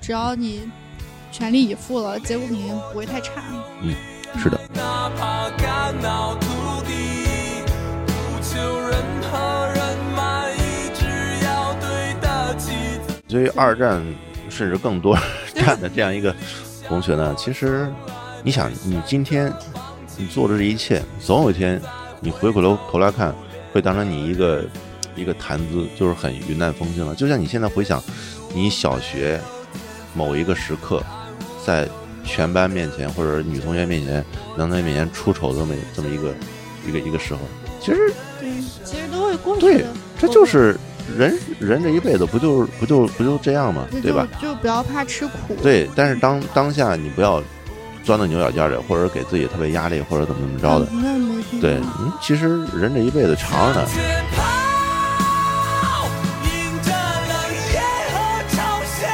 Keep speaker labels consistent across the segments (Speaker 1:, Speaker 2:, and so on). Speaker 1: 只要你全力以赴了，结果肯定不会太差。
Speaker 2: 嗯，是的。
Speaker 3: 哪怕肝脑涂地，不求任何人满意，只要对得起自己。
Speaker 2: 对于二战甚至更多 战的这样一个同学呢，其实你想，你今天你做的这一切，总有一天你回过头头来看，会当成你一个一个谈资，就是很云淡风轻了。就像你现在回想，你小学某一个时刻，在全班面前或者女同学面前、男同学面前出丑这么这么一个一个一个时候，其实
Speaker 1: 对，其实都会过去
Speaker 2: 对
Speaker 1: 的。，
Speaker 2: 这就是人人这一辈子不就是不就不就这样嘛，
Speaker 1: 那
Speaker 2: 对吧？
Speaker 1: 就就不要怕吃苦。，
Speaker 2: 对，但是当当下你不要钻到牛角尖儿里，或者给自己特别压力，或者怎么怎么着的。
Speaker 1: 那没必要
Speaker 2: 对，嗯其实人这一辈子长啊着呢，
Speaker 3: 节拍，迎着冷夜和嘲笑，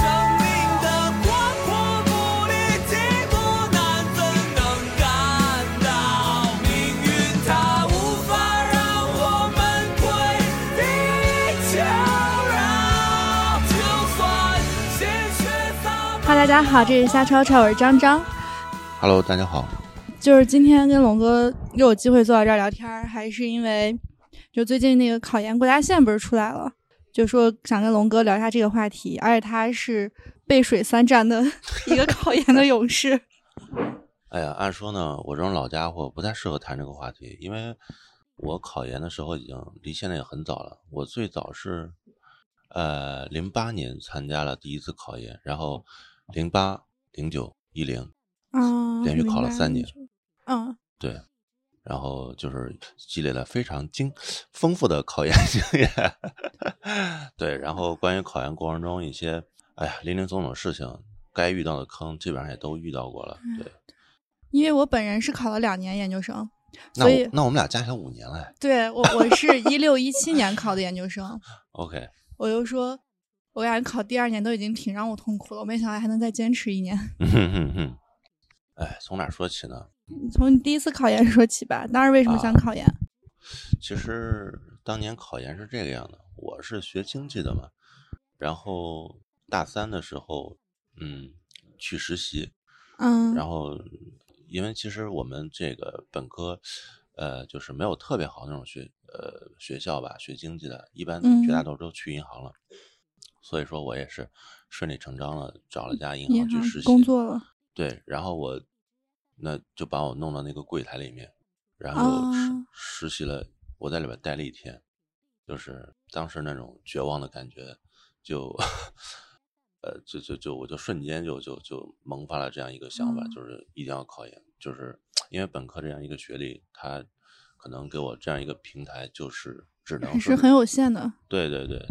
Speaker 3: 生命的广阔不离寂寞，难怎能感到？命运它无法让我们跪地求饶，就算鲜血洒满。
Speaker 4: 哈，大家好，这里是瞎吵吵，我是张张。
Speaker 2: Hello，大家好。
Speaker 4: 就是今天跟龙哥又有机会坐在这儿聊天儿，还是因为就最近那个考研国家线不是出来了，就说想跟龙哥聊一下这个话题，而且他是背水三战的一个考研的勇 士。
Speaker 2: 哎呀，按说呢，我这种老家伙不太适合谈这个话题，因为我考研的时候已经离现在也很早了。我最早是呃零八年参加了第一次考研，然后零八、零九、一零，
Speaker 4: 啊，
Speaker 2: 连续考了
Speaker 4: 明白
Speaker 2: 三年。
Speaker 4: 嗯，
Speaker 2: 对，然后就是积累了非常精丰富的考研经验。 对，然后关于考研过程中一些，哎呀，林林总总的事情，该遇到的坑基本上也都遇到过了。
Speaker 4: 嗯
Speaker 2: 对，
Speaker 4: 因为我本人是考了两年研究生，
Speaker 2: 那
Speaker 4: 所以
Speaker 2: 我那我们俩加起来五年了、哎。
Speaker 4: 对我我是一六一七年考的研究生，
Speaker 2: OK，
Speaker 4: 我就说。我感觉考第二年都已经挺让我痛苦了，我没想到还能再坚持一年。
Speaker 2: 嗯哼哼哼，哎，从哪儿说起呢？
Speaker 4: 从你第一次考研说起吧，当时为什么想
Speaker 2: 啊
Speaker 4: 考研？
Speaker 2: 其实当年考研是这个样的，我是学经济的嘛，然后大三的时候，嗯，去实习，
Speaker 4: 嗯，
Speaker 2: 然后，因为其实我们这个本科，呃，就是没有特别好那种学呃学校吧，学经济的，一般绝大
Speaker 4: 嗯
Speaker 2: 多数都去银行了。所以说我也是顺理成章了，找了家银
Speaker 4: 嗯银
Speaker 2: 行去
Speaker 4: 行
Speaker 2: 实习
Speaker 4: 工作了。
Speaker 2: 对，然后我那就把我弄到那个柜台里面，然后实、
Speaker 4: 哦
Speaker 2: 实习了，我在里边待了一天，就是当时那种绝望的感觉，就呃，就就就我就瞬间就就就萌发了这样一个想法，
Speaker 4: 嗯
Speaker 2: 就是一定要考研，就是因为本科这样一个学历，它可能给我这样一个平台，就是只能
Speaker 4: 还 是很有限的。
Speaker 2: 对对对，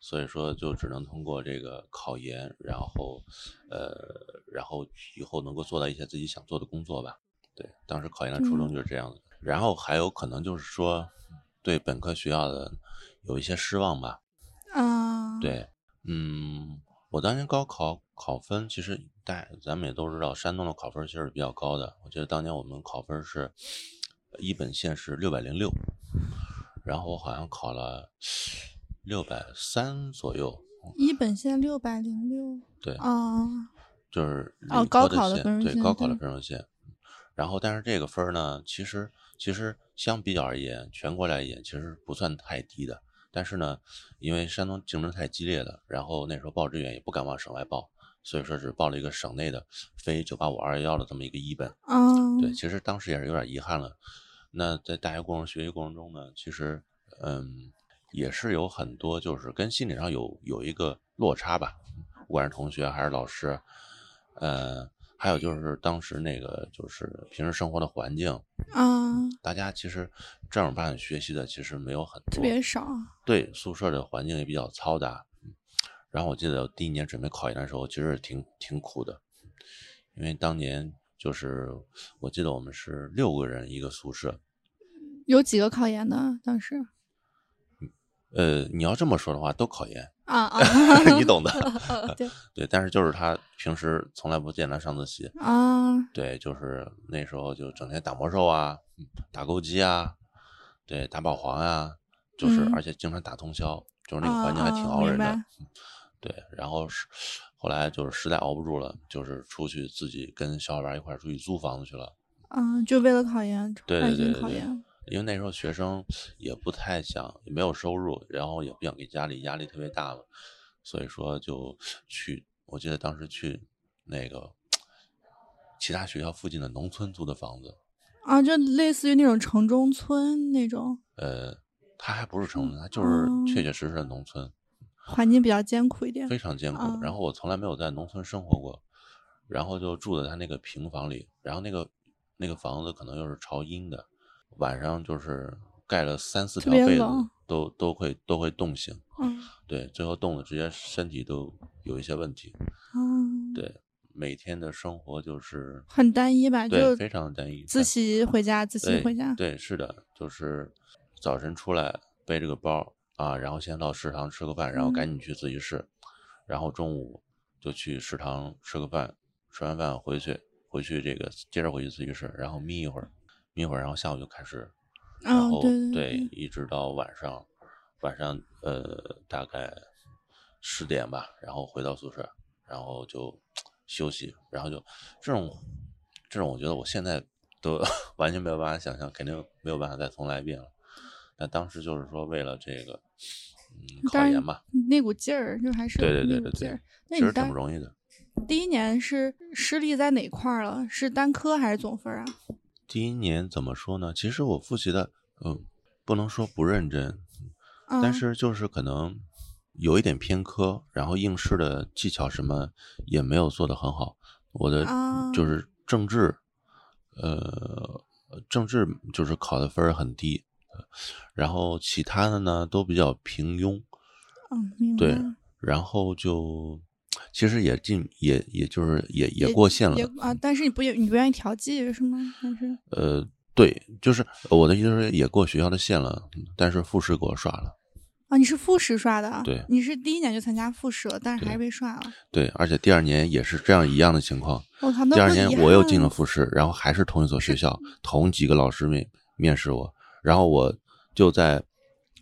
Speaker 2: 所以说就只能通过这个考研，然后呃，然后以后能够做到一些自己想做的工作吧。对，当时考研的初衷就是这样的。然后还有可能就是说，对本科学校的有一些失望吧。
Speaker 4: 啊，，
Speaker 2: 对，嗯，我当年高考考分，其实大家咱们也都知道，山东的考分其实是比较高的。我记得当年我们考分是一本线是六百零六，然后我好像考了六百三左右，
Speaker 4: 一本线六百零六
Speaker 2: 对，
Speaker 4: 啊，
Speaker 2: 就是
Speaker 4: 哦
Speaker 2: 理
Speaker 4: 高
Speaker 2: 科
Speaker 4: 考的
Speaker 2: 线
Speaker 4: 分数
Speaker 2: 对
Speaker 4: 线
Speaker 2: 高考的
Speaker 4: 对
Speaker 2: 分数线。然后，但是这个分儿呢，其实其实相比较而言，全国来言其实不算太低的。但是呢，因为山东竞争太激烈了，然后那时候报志愿也不敢往省外报，所以说只报了一个省内的非九八五二幺幺的这么一个一本。
Speaker 4: 啊，
Speaker 2: 对，其实当时也是有点遗憾了。那在大学过程、学习过程中呢，其实嗯，也是有很多就是跟心理上有有一个落差吧，不管是同学啊还是老师，呃，还有就是当时那个就是平时生活的环境，
Speaker 4: 啊，
Speaker 2: 大家其实正儿八经学习的其实没有很多，
Speaker 4: 特别少。
Speaker 2: 对宿舍的环境也比较嘈杂。嗯然后我记得我第一年准备考研的时候，其实挺挺苦的，因为当年就是我记得我们是六个人一个宿舍。
Speaker 4: 有几个考研的当时？
Speaker 2: 呃，你要这么说的话，都考研，，
Speaker 4: 啊啊
Speaker 2: 你懂的
Speaker 4: 对
Speaker 2: 对。但是就是他平时从来不见他上自习，
Speaker 4: 啊，
Speaker 2: 对，就是那时候就整天打魔兽啊，嗯打勾机啊，对，打保皇啊，就是、
Speaker 4: 嗯
Speaker 2: 而且经常打通宵，就是那个
Speaker 4: 啊
Speaker 2: 环境还挺
Speaker 4: 啊
Speaker 2: 熬人的。
Speaker 4: 明白
Speaker 2: 对，然后是后来就是实在熬不住了，就是出去自己跟小伙伴一块儿出去租房子去了。
Speaker 4: 嗯，就为了考研，
Speaker 2: 对
Speaker 4: 外
Speaker 2: 对
Speaker 4: 地
Speaker 2: 对对
Speaker 4: 考
Speaker 2: 对
Speaker 4: 研，
Speaker 2: 因为那时候学生也不太想，也没有收入，然后也不想给家里压力特别大嘛，所以说就去，我记得当时去那个其他学校附近的农村租的房子，
Speaker 4: 啊，就类似于那种城中村那种，
Speaker 2: 呃，它还不是城，它就是确确实实的农村，
Speaker 4: 环境比较艰苦一点
Speaker 2: 非。常艰苦。
Speaker 4: 啊
Speaker 2: 然后我从来没有在农村生活过，然后就住在他那个平房里，然后那个那个房子可能又是朝阴的，晚上就是盖了三四
Speaker 4: 特
Speaker 2: 条
Speaker 4: 别
Speaker 2: 被子
Speaker 4: 冷，
Speaker 2: 都都会都会冻醒。
Speaker 4: 嗯
Speaker 2: 对，最后冻得直接身体都有一些问题。
Speaker 4: 嗯，
Speaker 2: 对，每天的生活就是
Speaker 4: 很单一吧，
Speaker 2: 对
Speaker 4: 就
Speaker 2: 非常单一。
Speaker 4: 自习回家，自习
Speaker 2: 对
Speaker 4: 回家。
Speaker 2: 对，是的，就是早晨出来背着个包啊，然后先到食堂吃个饭，然后
Speaker 4: 嗯
Speaker 2: 赶紧去自习室，然后中午就去食堂吃个饭，吃完饭回去回去这个接着回去自习室，然后眯一会儿，眯一会儿，然后下午就开始，然
Speaker 4: 嗯
Speaker 2: 后、
Speaker 4: 对对
Speaker 2: 哦对，一直到晚上，晚上呃大概十点吧，然后回到宿舍，然后就休息，然后就这种这种，我觉得我现在都 完全没有办法想象，肯定没有办法再重来一遍了。但当时就是说为了这个，嗯，考
Speaker 4: 当然
Speaker 2: 研吧，
Speaker 4: 那股劲儿就还是
Speaker 2: 对对
Speaker 4: 有
Speaker 2: 对
Speaker 4: 那
Speaker 2: 对
Speaker 4: 股劲
Speaker 2: 对
Speaker 4: 儿。那
Speaker 2: 其
Speaker 4: 你
Speaker 2: 实挺不
Speaker 4: 当
Speaker 2: 容易的。
Speaker 4: 第一年是失利在哪块儿了？是单科还是总分啊？
Speaker 2: 第一年怎么说呢？其实我复习的，嗯，不能说不认真，
Speaker 4: 嗯、
Speaker 2: 但是就是可能有一点偏科，然后应试的技巧什么也没有做得很好。我的
Speaker 4: 啊
Speaker 2: 就是政治，呃，政治就是考的分儿很低，然后其他的呢都比较平庸，
Speaker 4: 嗯，明白
Speaker 2: 对
Speaker 4: 了
Speaker 2: 然后就其实也进也也就是也也
Speaker 4: 也
Speaker 2: 过线了
Speaker 4: 也，啊，但是你不也你不愿意调剂是吗？还是
Speaker 2: 呃，对，就是我的意思是也过学校的线了，但是复试给我刷了。
Speaker 4: 啊？你是复试刷的啊？
Speaker 2: 对
Speaker 4: 你是第一年就参加复试了，但是还是
Speaker 2: 对
Speaker 4: 被刷了。
Speaker 2: 对，而且第二年也是这样一样的情况，
Speaker 4: 我靠，那
Speaker 2: 第二
Speaker 4: 不
Speaker 2: 年
Speaker 4: 遗
Speaker 2: 我又
Speaker 4: 憾
Speaker 2: 进了
Speaker 4: 吗
Speaker 2: 复试，然后还是同一所学校，同几个老师面面试我，然后我就在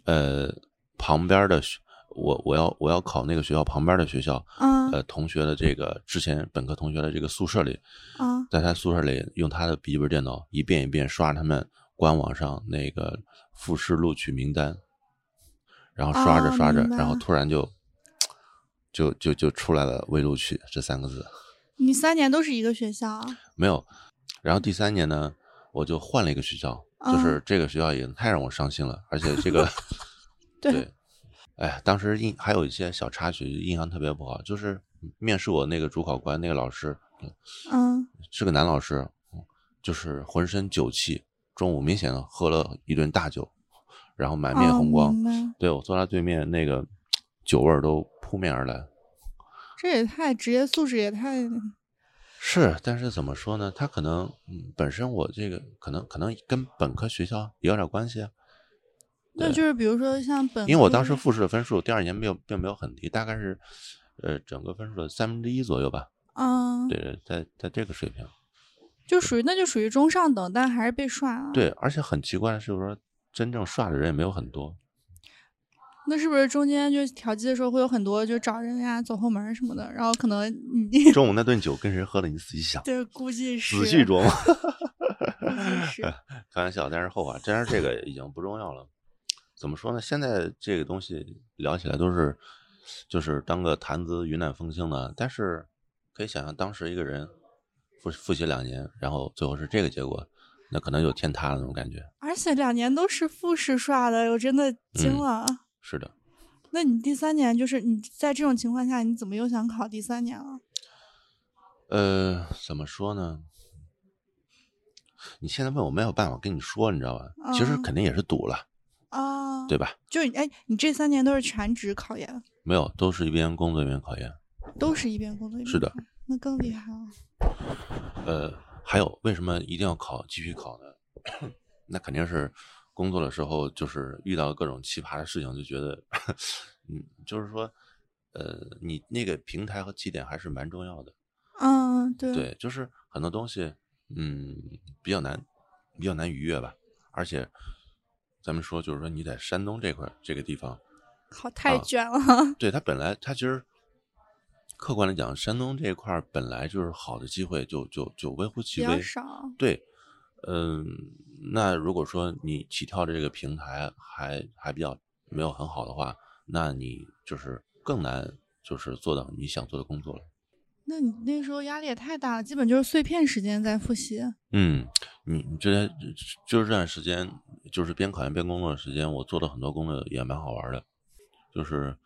Speaker 2: 呃旁边的学，我我要我要考那个学校旁边的学校，
Speaker 4: 啊
Speaker 2: 呃同学的这个之前本科同学的这个宿舍里，
Speaker 4: 啊
Speaker 2: 在他宿舍里用他的笔记本电脑一遍一遍刷他们官网上那个复试录取名单，然后刷着
Speaker 4: 哦
Speaker 2: 刷着，
Speaker 4: 明白
Speaker 2: 然后
Speaker 4: 了
Speaker 2: 突然就就就就出来了未录取这三个字。
Speaker 4: 你三年都是一个学校啊？
Speaker 2: 没有。然后第三年呢，我就换了一个学校，
Speaker 4: 啊
Speaker 2: 就是这个学校也太让我伤心了，而且这个
Speaker 4: 对
Speaker 2: 对，哎，当时印还有一些小插曲，印象特别不好，就是面试我那个主考官那个老师
Speaker 4: 嗯，
Speaker 2: 是个男老师，就是浑身酒气，中午明显的喝了一顿大酒，然后满面
Speaker 4: 哦
Speaker 2: 红光，
Speaker 4: 明白
Speaker 2: 对我坐他对面那个酒味儿都扑面而来。
Speaker 4: 这也太职业素质也太
Speaker 2: 是，但是怎么说呢？他可能，嗯，本身我这个可能可能跟本科学校也有点关系啊，
Speaker 4: 那就是比如说像本科，
Speaker 2: 因为我当时复试的分数第二年没有并没有很低，大概是，呃，整个分数的三分之一左右吧。
Speaker 4: 嗯，
Speaker 2: 对对，在在这个水平。
Speaker 4: 就属于那就属于中上等，但还是被刷啊了。，
Speaker 2: 对，而且很奇怪的是说，真正刷的人也没有很多。
Speaker 4: 那是不是中间就调剂的时候会有很多就找人呀、走后门儿什么的，然后可能你
Speaker 2: 中午那顿酒跟谁喝的，你仔细想，
Speaker 4: 对估计是
Speaker 2: 仔细琢磨。
Speaker 4: 估计是
Speaker 2: 开玩笑，但是后话，但是这个已经不重要了。怎么说呢？现在这个东西聊起来都是，就是当个谈资云淡风轻的。但是可以想象，当时一个人复复习两年，然后最后是这个结果，那可能有天塌的那种感觉。
Speaker 4: 而且两年都是复试刷的，我真的惊
Speaker 2: 嗯
Speaker 4: 了。
Speaker 2: 是的，
Speaker 4: 那你第三年就是你在这种情况下，你怎么又想考第三年了？
Speaker 2: 呃，怎么说呢？你现在问我没有办法跟你说，你知道吧？其实
Speaker 4: 嗯
Speaker 2: 肯定也是赌了，
Speaker 4: 啊，
Speaker 2: 对，吧？
Speaker 4: 就你哎，你这三年都是全职考研，
Speaker 2: 没有，都是一边工作一边考研。
Speaker 4: 都是一边工作一边
Speaker 2: 是的
Speaker 4: 考，那更厉害了。
Speaker 2: 呃，还有为什么一定要考继续考呢？ 那肯定是工作的时候，就是遇到各种奇葩的事情，就觉得，嗯，就是说，呃，你那个平台和起点还是蛮重要的。
Speaker 4: 嗯，对，
Speaker 2: 对，就是很多东西，嗯，比较难，比较难逾越吧。而且，咱们说，就是说你在山东这块儿这个地方，
Speaker 4: 考太
Speaker 2: 啊
Speaker 4: 卷了。
Speaker 2: 对它本来它其实客观的讲，山东这一块儿本来就是好的机会就就就微
Speaker 4: 比
Speaker 2: 乎其
Speaker 4: 较
Speaker 2: 微，
Speaker 4: 少，
Speaker 2: 对，嗯，那如果说你起跳的这个平台还还比较没有很好的话，那你就是更难就是做到你想做的工作了。
Speaker 4: 那你那时候压力也太大了，基本就是碎片时间在复习。
Speaker 2: 嗯，你你这就是这段时间，就是边考研边工作的时间，我做的很多工作也蛮好玩的，就是，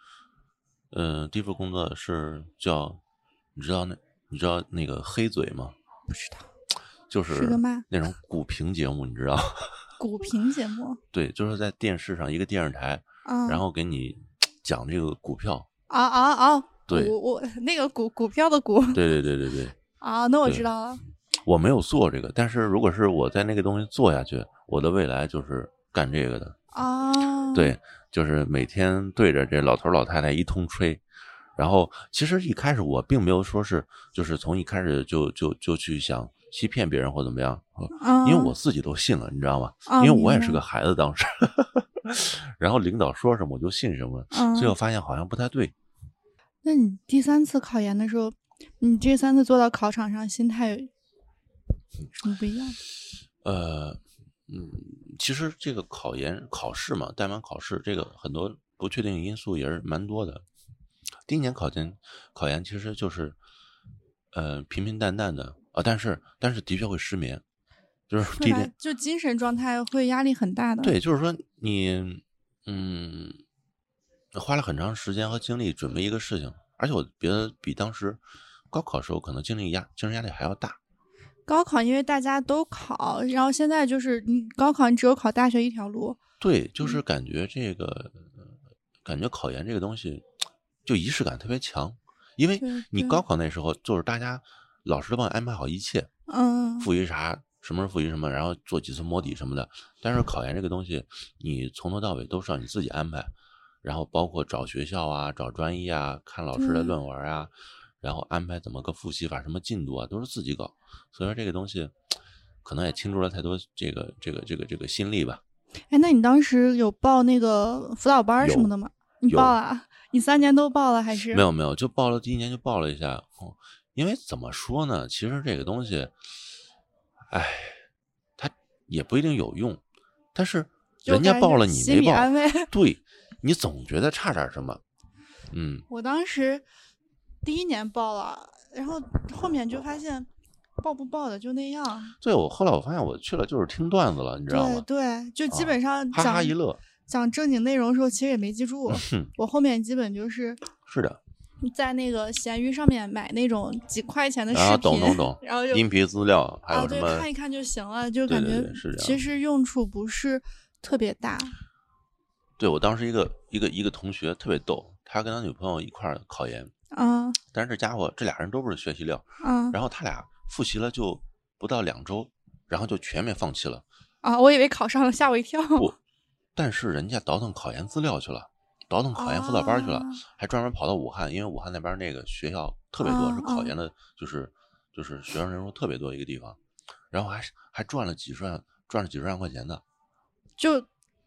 Speaker 2: 呃，第一份工作是叫，你知道那你知道那个黑嘴吗？
Speaker 4: 不知道
Speaker 2: 就是
Speaker 4: 是个嘛
Speaker 2: 那种股评节目，你知道？
Speaker 4: 股评节目
Speaker 2: 对，就是在电视上一个电视台，
Speaker 4: 啊，
Speaker 2: 然后给你讲这个股票。
Speaker 4: 啊啊啊，
Speaker 2: 对
Speaker 4: 股我那个股股票的股
Speaker 2: 对对对对对，
Speaker 4: 啊，那我
Speaker 2: 对
Speaker 4: 知道了。
Speaker 2: 我没有做这个，但是如果是我在那个东西做下去，我的未来就是干这个的。
Speaker 4: 啊，，
Speaker 2: 对，就是每天对着这老头老太太一通吹。然后其实一开始我并没有说是，就是从一开始就就就去想欺骗别人或怎么样，呃
Speaker 4: 啊、
Speaker 2: 因为我自己都信了，你知道吗？
Speaker 4: 啊
Speaker 2: 因为我也是
Speaker 4: 明白
Speaker 2: 个孩子当时， 然后领导说什么我就信什么，
Speaker 4: 嗯
Speaker 2: 最后发现好像不太对。
Speaker 4: 那你第三次考研的时候，你这三次坐到考场上，心态有什么不一样？
Speaker 2: 呃，嗯，其实这个考研考试嘛，代码考试这个很多不确定因素也是蛮多的。第一年考研，考研其实就是，呃，平平淡淡的啊，但是但是的确会失眠，就是第
Speaker 4: 会
Speaker 2: 一
Speaker 4: 吧
Speaker 2: 天，
Speaker 4: 就精神状态会压力很大的。，
Speaker 2: 对，就是说你嗯，花了很长时间和精力准备一个事情，而且我觉得比当时高考时候可能精力压精神压力还要大。
Speaker 4: 高考因为大家都考，然后现在就是你高考，你只有考大学一条路。
Speaker 2: 对，就是
Speaker 4: 嗯
Speaker 2: 感觉这个，呃感觉考研这个东西，就仪式感特别强，因为
Speaker 4: 对
Speaker 2: 你
Speaker 4: 对
Speaker 2: 高考那时候就是大家老师都帮你安排好一切，
Speaker 4: 嗯，
Speaker 2: 复习啥，什么时候复习什么，然后做几次摸底什么的。但是考研这个东西，你从头到尾都是让你自己安排，然后包括找学校啊、找专业啊、看老师的
Speaker 4: 对
Speaker 2: 论文啊，然后安排怎么个复习法、什么进度啊，都是自己搞。所以说这个东西，可能也倾注了太多这个这个这个这个心力吧。
Speaker 4: 哎，那你当时有报那个辅导班儿什么
Speaker 2: 有
Speaker 4: 的吗？你
Speaker 2: 有
Speaker 4: 报了啊？你三年都报了还是？
Speaker 2: 没有没有，就报了第一年就报了一下，哦因为怎么说呢，其实这个东西，哎，它也不一定有用，但是
Speaker 4: 就
Speaker 2: 人家
Speaker 4: 感
Speaker 2: 报
Speaker 4: 觉
Speaker 2: 了你
Speaker 4: 心
Speaker 2: 没
Speaker 4: 理
Speaker 2: 报
Speaker 4: 安慰，
Speaker 2: 对你总觉得差点什么，嗯，
Speaker 4: 我当时第一年报了，然后后面就发现报不报的就那样。
Speaker 2: 所以我后来我发现我去了就是听段子了，你知道
Speaker 4: 对
Speaker 2: 吗？
Speaker 4: 对，就基
Speaker 2: 啊
Speaker 4: 本上
Speaker 2: 哈
Speaker 4: 讲、
Speaker 2: 哈一乐，嗯
Speaker 4: 讲正经内容的时候，其实也没记住。我后面基本就是
Speaker 2: 是的，
Speaker 4: 在那个闲鱼上面买那种几块钱的视频，，
Speaker 2: 啊，懂懂懂
Speaker 4: 然后就
Speaker 2: 音频资料还
Speaker 4: 啊
Speaker 2: 有什
Speaker 4: 对
Speaker 2: 么？
Speaker 4: 看一看就行了，就
Speaker 2: 对
Speaker 4: 感
Speaker 2: 对
Speaker 4: 觉
Speaker 2: 对是这样
Speaker 4: 其实用处不是特别大。
Speaker 2: 对我当时一个一个一个同学特别逗，他跟他女朋友一块儿考研，
Speaker 4: 嗯
Speaker 2: 但是这家伙这俩人都不是学习料。
Speaker 4: 嗯
Speaker 2: 然后他俩复习了就不到两周，然后就全面放弃了。
Speaker 4: 啊，我以为考上了，吓我一跳。
Speaker 2: 不但是人家倒腾考研资料去了，倒腾 考研辅导班去了，
Speaker 4: 啊
Speaker 2: 还专门跑到武汉，因为武汉那边那个学校特别多，
Speaker 4: 啊
Speaker 2: 是考
Speaker 4: 啊
Speaker 2: 研的，就是就是学生人数特别多的一个地方。然后还是还赚了几十万，赚了几十万块钱呢。
Speaker 4: 就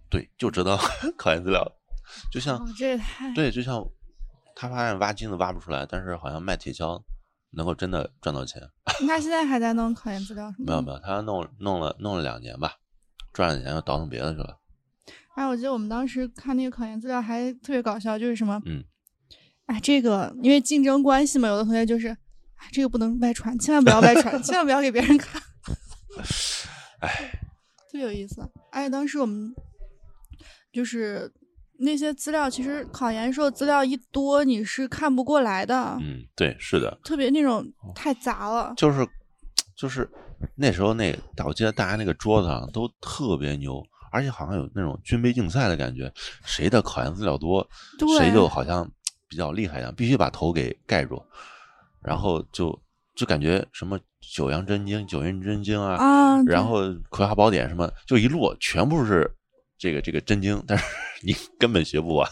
Speaker 2: 对，就知道 考研资料，就像、
Speaker 4: 哦这也太
Speaker 2: 对，就像他发现挖金子挖不出来，但是好像卖铁锹能够真的赚到钱。
Speaker 4: 那现在还在弄考研资料什么
Speaker 2: 没
Speaker 4: 的？
Speaker 2: 有没有，他弄弄了弄了两年吧，赚了钱又倒腾别的去了。
Speaker 4: 哎，我记得我们当时看那个考研资料还特别搞笑，就是什么，
Speaker 2: 嗯，
Speaker 4: 哎，这个因为竞争关系嘛，有的同学就是，哎，这个不能外传，千万不要外传，千万不要给别人 看，哎，特别有意思。哎，当时我们就是那些资料，其实考研时候资料一多，你是看不过来的，
Speaker 2: 嗯，哦对，是的，
Speaker 4: 特别那种太杂了，
Speaker 2: 就是就是那时候那大，我记得大家那个桌子上都特别牛，而且好像有那种军备竞赛的感觉，谁的考研资料多，
Speaker 4: 对，
Speaker 2: 谁就好像比较厉害一样，必须把头给盖住，然后就就感觉什么九阳真经、九阴真经啊，
Speaker 4: 啊，对
Speaker 2: 然后葵花宝典什么，就一摞全部是这个这个真经，但是 你根本学不完。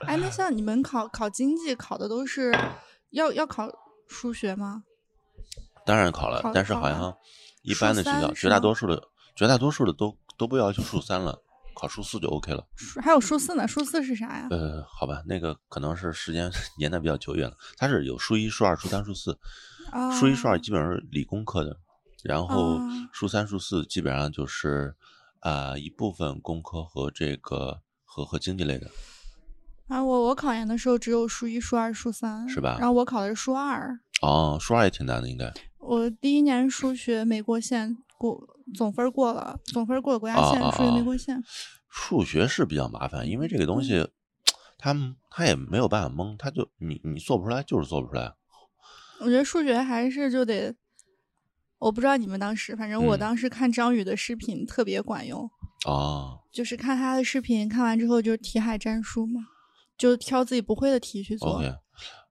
Speaker 4: 哎，那像你们考考经济考的都是要要考数学吗？
Speaker 2: 当然考了
Speaker 4: 考，
Speaker 2: 但是
Speaker 4: 考
Speaker 2: 好
Speaker 4: 了
Speaker 2: 像一
Speaker 4: 数
Speaker 2: 般的学
Speaker 4: 三
Speaker 2: 校，
Speaker 4: 是
Speaker 2: 绝大
Speaker 4: 吗
Speaker 2: 多数的绝大多数的都都不要求数三了，考数四就 OK 了。
Speaker 4: 数还有数四呢，数四是啥呀？
Speaker 2: 呃，好吧，那个可能是时间 年代比较久远了。它是有数一、数二、数三、数四，
Speaker 4: 啊，
Speaker 2: 数一、数二基本上是理工科的，然后
Speaker 4: 哦
Speaker 2: 数三、数四基本上就是啊、一部分工科和这个和和经济类的。
Speaker 4: 啊，我我考研的时候只有数一、数二、数三，
Speaker 2: 是吧
Speaker 4: 然后我考的是数二，
Speaker 2: 哦，数二也挺难的，应该
Speaker 4: 我第一年数学没过线，过总分过了，总分过了国家
Speaker 2: 啊
Speaker 4: 线，
Speaker 2: 啊
Speaker 4: 数学
Speaker 2: 啊
Speaker 4: 没过线。
Speaker 2: 数学是比较麻烦，因为这个东西，
Speaker 4: 嗯
Speaker 2: 它它也没有办法蒙，它就你你做不出来就是做不出来。
Speaker 4: 我觉得数学还是就得，我不知道你们当时，反正我
Speaker 2: 嗯
Speaker 4: 当时看张宇的视频特别管用，
Speaker 2: 哦，
Speaker 4: 就是看他的视频，看完之后就是题海战术嘛，就挑自己不会的题去做。
Speaker 2: OK，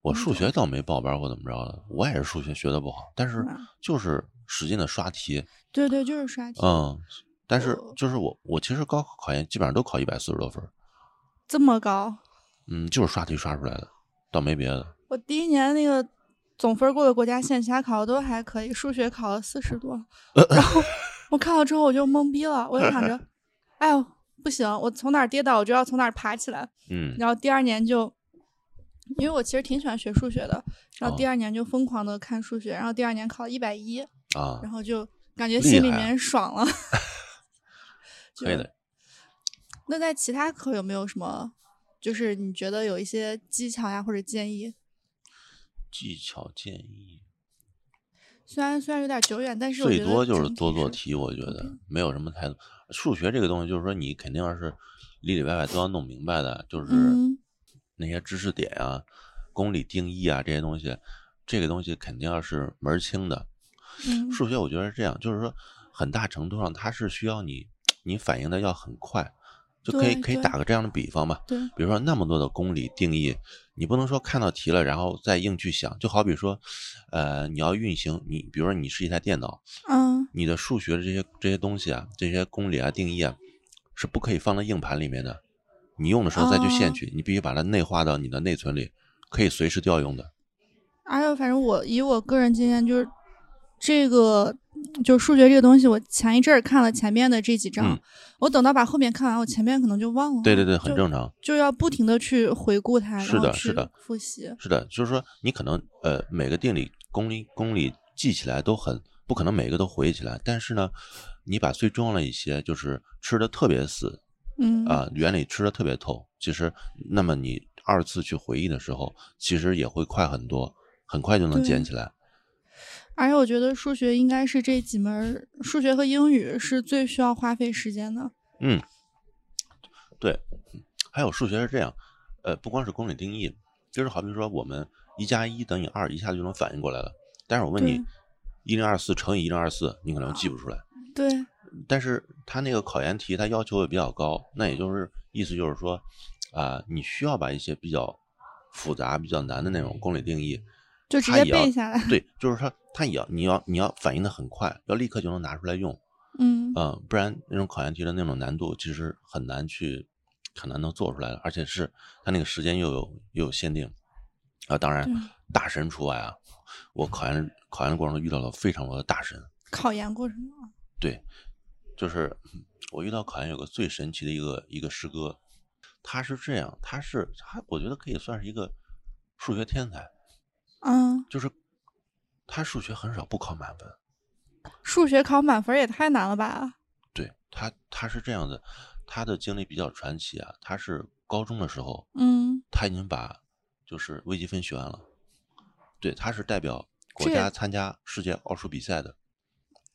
Speaker 2: 我
Speaker 4: 嗯
Speaker 2: 数学倒没报班或怎么着的，我也是数学学的不好，但是
Speaker 4: 吧
Speaker 2: 就是使劲的刷题，
Speaker 4: 对对，就是刷题。
Speaker 2: 嗯，但是
Speaker 4: 我
Speaker 2: 就是我我其实高考考研基本上都考一百四十多分儿，
Speaker 4: 这么高，
Speaker 2: 嗯，就是刷题刷出来的，倒没别的。
Speaker 4: 我第一年那个总分过的国家线，其他考的都还可以，数学考了四 十多，然后我看到之后我就懵逼了，我就想 着，哎呦不行，我从哪儿跌倒我就要从哪儿爬起来。
Speaker 2: 嗯，
Speaker 4: 然后第二年就，因为我其实挺喜欢学数学的，然后第
Speaker 2: 哦
Speaker 4: 二年就疯狂的看数学，然后第二年考了一百一，
Speaker 2: 啊，
Speaker 4: 然后就感觉
Speaker 2: 厉
Speaker 4: 心里
Speaker 2: 害
Speaker 4: 面爽了。
Speaker 2: 可以的。
Speaker 4: 那在其他科有没有什么，就是你觉得有一些技巧呀或者建议？
Speaker 2: 技巧建议
Speaker 4: 虽然虽然有点久远，但是我
Speaker 2: 最
Speaker 4: 觉得
Speaker 2: 多就是
Speaker 4: 整体
Speaker 2: 多做
Speaker 4: 是
Speaker 2: 题，我觉得
Speaker 4: 嗯
Speaker 2: 没有什么太多。数学这个东西，就是说你肯定要是里里外外都要弄明白的，就是
Speaker 4: 嗯
Speaker 2: 那些知识点啊、公理定义啊这些东西，这个东西肯定要是门儿清的。
Speaker 4: 嗯
Speaker 2: 数学我觉得是这样，就是说很大程度上它是需要你你反应的要很快，就可以
Speaker 4: 对
Speaker 2: 可以
Speaker 4: 对
Speaker 2: 打个这样的比方吧，
Speaker 4: 对
Speaker 2: 比如说那么多的公理定义，你不能说看到题了然后再硬去想，就好比说，呃，你要运行你，比如说你是一台电脑，
Speaker 4: 嗯
Speaker 2: 你的数学的这些这些东西啊，这些公理啊、定义啊，是不可以放到硬盘里面的，你用的时候再去
Speaker 4: 哦
Speaker 2: 现取，你必须把它内化到你的内存里，可以随时调用
Speaker 4: 哦
Speaker 2: 的。
Speaker 4: 而且反正我以我个人经验就是这个。就是数学这个东西，我前一阵儿看了前面的这几章，
Speaker 2: 嗯
Speaker 4: 我等到把后面看完，我前面可能就忘了。
Speaker 2: 对对对，很
Speaker 4: 就
Speaker 2: 正常。
Speaker 4: 就要不停的去回顾它，
Speaker 2: 是
Speaker 4: 然后
Speaker 2: 的是
Speaker 4: 去
Speaker 2: 的
Speaker 4: 复习。
Speaker 2: 是的，就是说你可能呃每个定理、公理、公理记起来都很不可能每个都回忆起来，但是呢，你把最重要的一些就是吃的特别死
Speaker 4: 嗯
Speaker 2: 啊、原理吃的特别透，其实那么你二次去回忆的时候，其实也会快很多，很快就能捡
Speaker 4: 对
Speaker 2: 起来。
Speaker 4: 而且我觉得数学应该是这几门儿，数学和英语是最需要花费时间的。
Speaker 2: 嗯，对，还有数学是这样，呃，不光是公理定义，就是好比说我们一加一等于二，一下就能反应过来了。但是我问你
Speaker 4: 对，哦
Speaker 2: 一零二四乘以一零二四，你可能记不出来。
Speaker 4: 对，
Speaker 2: 但是他那个考研题，他要求也比较高，那也就是意思就是说，啊、你需要把一些比较复杂、比较难的那种公理定义，
Speaker 4: 就直
Speaker 2: 他
Speaker 4: 接
Speaker 2: 也要
Speaker 4: 背下来。
Speaker 2: 对，就是说他也要你要你要反应的很快，要立刻就能拿出来用，
Speaker 4: 嗯，
Speaker 2: 嗯、不然那种考研题的那种难度其实很难去很难能做出来的，而且是他那个时间又有又有限定，啊，当然
Speaker 4: 对
Speaker 2: 大神除外啊，我考研考研的过程中遇到了非常多的大神，
Speaker 4: 考研过程中啊，
Speaker 2: 对，就是我遇到考研有个最神奇的一个一个师哥，他是这样，他是他，我觉得可以算是一个数学天才，
Speaker 4: 嗯，
Speaker 2: 就是他数学很少不考满分，
Speaker 4: 数学考满分儿也太难了吧？
Speaker 2: 对他他是这样的，他的经历比较传奇啊，他是高中的时候
Speaker 4: 嗯，
Speaker 2: 他已经把就是微积分学完了，对，他是代表国
Speaker 4: 这
Speaker 2: 家参加世界奥数比赛的，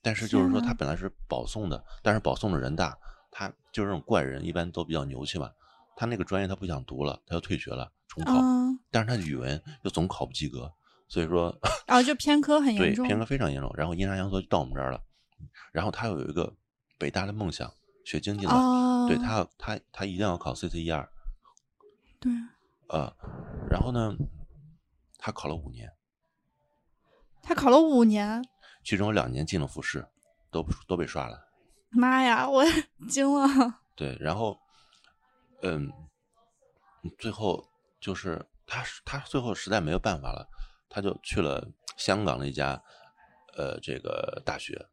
Speaker 2: 但是就是
Speaker 4: 天啊
Speaker 2: 说
Speaker 4: 呐
Speaker 2: 他本来是保送的，但是保送的人大，他就是这种怪人，一般都比较牛气嘛，他那个专业他不想读了，他就退学了，重考，
Speaker 4: 嗯，
Speaker 2: 但是他语文又总考不及格，所以说
Speaker 4: 然后就偏科很
Speaker 2: 对
Speaker 4: 严重。啊
Speaker 2: 偏科非常严重，然后阴差阳错就到我们这儿了，然后他又有一个北大的梦想，学经济的，
Speaker 4: 哦，
Speaker 2: 对他要他他一定要考 CCER，
Speaker 4: 对
Speaker 2: 呃，然后呢，他考了五年。
Speaker 4: 他考了五年，
Speaker 2: 其中有两年进了复试，都都被刷了。
Speaker 4: 妈呀，我 惊了。
Speaker 2: 对，然后，嗯，最后就是他是他最后实在没有办法了，他就去了香港的一家呃这个大学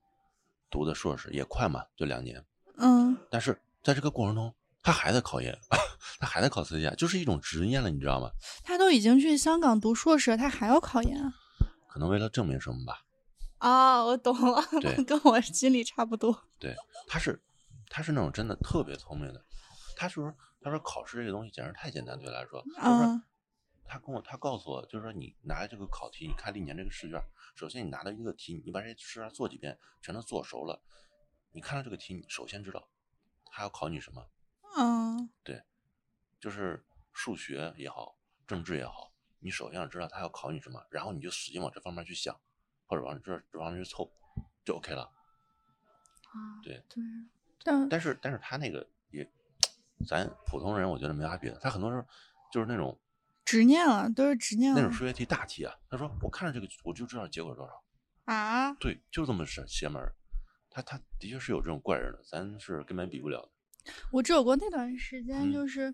Speaker 2: 读的硕士，也快嘛，就两年。
Speaker 4: 嗯，
Speaker 2: 但是在这个过程中，他还在考研， 他还在考测驾，就是一种执念了，你知道吗？
Speaker 4: 他都已经去香港读硕士了，他还要考研啊？
Speaker 2: 可能为了证明什么吧。
Speaker 4: 啊，我懂了
Speaker 2: 对，
Speaker 4: 跟我心里差不多。
Speaker 2: 对，他是他是那种真的特别聪明的，他是说他说考试这个东西简直太简单对他来说，就是说
Speaker 4: 嗯
Speaker 2: 他跟我他告诉我，就是说你拿这个考题，你看历年这个试卷，首先你拿到一个题，你把这些试卷做几遍，全都做熟了，你看到这个题，你首先知道他要考你什么，
Speaker 4: 嗯，
Speaker 2: 就是数学也好，政治也好，你首先要知道他要考你什么，然后你就使劲往这方面去想，或者往这这方面去凑，就 OK 了。对
Speaker 4: 对，但
Speaker 2: 但是但是他那个也，咱普通人我觉得没啥别的，他很多时候就是那种
Speaker 4: 执念了，都是执念
Speaker 2: 那种
Speaker 4: 了
Speaker 2: 数学题大题啊，他说我看着这个我就知道结果多少，
Speaker 4: 啊！
Speaker 2: 对，就这么是邪门儿。他他的确是有这种怪人的，咱是根本比不了的。
Speaker 4: 我只有过那段时
Speaker 2: 嗯
Speaker 4: 间，就是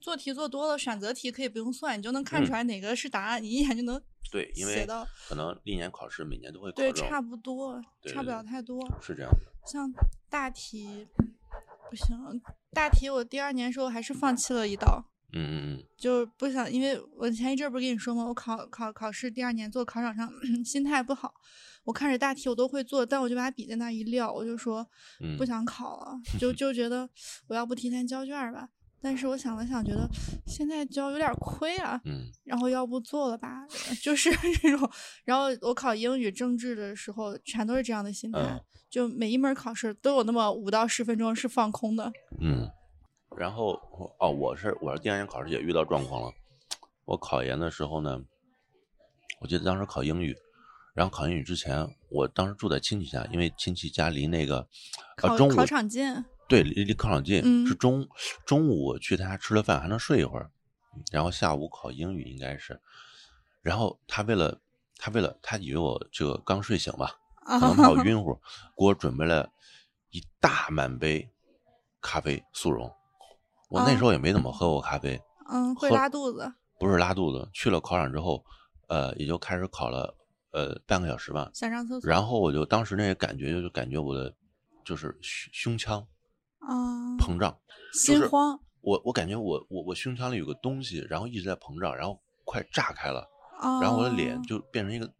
Speaker 4: 做题做多了，选择题可以不用算，你就能看出来哪个是答案，你一眼就能
Speaker 2: 对，嗯因
Speaker 4: 写
Speaker 2: 为
Speaker 4: 到。
Speaker 2: 可能历年考试每年都会考
Speaker 4: 对，
Speaker 2: 这种
Speaker 4: 差不多，
Speaker 2: 对
Speaker 4: 差不
Speaker 2: 对
Speaker 4: 了
Speaker 2: 对
Speaker 4: 太多。
Speaker 2: 是这样的。
Speaker 4: 像大题不行，大题我第二年时候还是放弃了一道，
Speaker 2: 嗯嗯嗯，
Speaker 4: 就是不想，因为我前一阵儿不是跟你说吗？我考考考试第二年做考场上 心态不好，我看着大题我都会做，但我就把笔在那儿一撂，我就说
Speaker 2: 嗯
Speaker 4: 不想考了，就就觉得我要不提前交卷儿吧。但是我想了想，觉得现在交有点亏啊，
Speaker 2: 嗯
Speaker 4: 然后要不做了吧，就是 这种。然后我考英语、政治的时候，全都是这样的心态，
Speaker 2: 嗯
Speaker 4: 就每一门考试都有那么五到十分钟是放空的。
Speaker 2: 嗯，然后哦，我是我是第二年考试也遇到状况了。我考研的时候呢，我记得当时考英语，然后考英语之前，我当时住在亲戚家，因为亲戚家离那个
Speaker 4: 考
Speaker 2: 呃中午
Speaker 4: 考场近，
Speaker 2: 对离离考场近，
Speaker 4: 嗯
Speaker 2: 是中中午我去他家吃了饭，还能睡一会儿，然后下午考英语应该是，然后他为了他为了他以为我这个刚睡醒吧，
Speaker 4: 啊
Speaker 2: 可能怕我晕乎，给我准备了一大满杯咖啡速溶。我那时候也没怎么喝过咖啡，
Speaker 4: 嗯，会拉肚子。
Speaker 2: 不是拉肚子。去了考场之后，呃，也就开始考了呃半个小时吧。
Speaker 4: 想上厕所。
Speaker 2: 然后我就当时那个感觉就是感觉我的就是胸胸腔
Speaker 4: 啊，
Speaker 2: 膨胀，
Speaker 4: 心
Speaker 2: 就是
Speaker 4: 慌
Speaker 2: 我我感觉我我我胸腔里有个东西，然后一直在膨胀，然后快炸开了。
Speaker 4: 啊，
Speaker 2: 然后我的脸就变成一个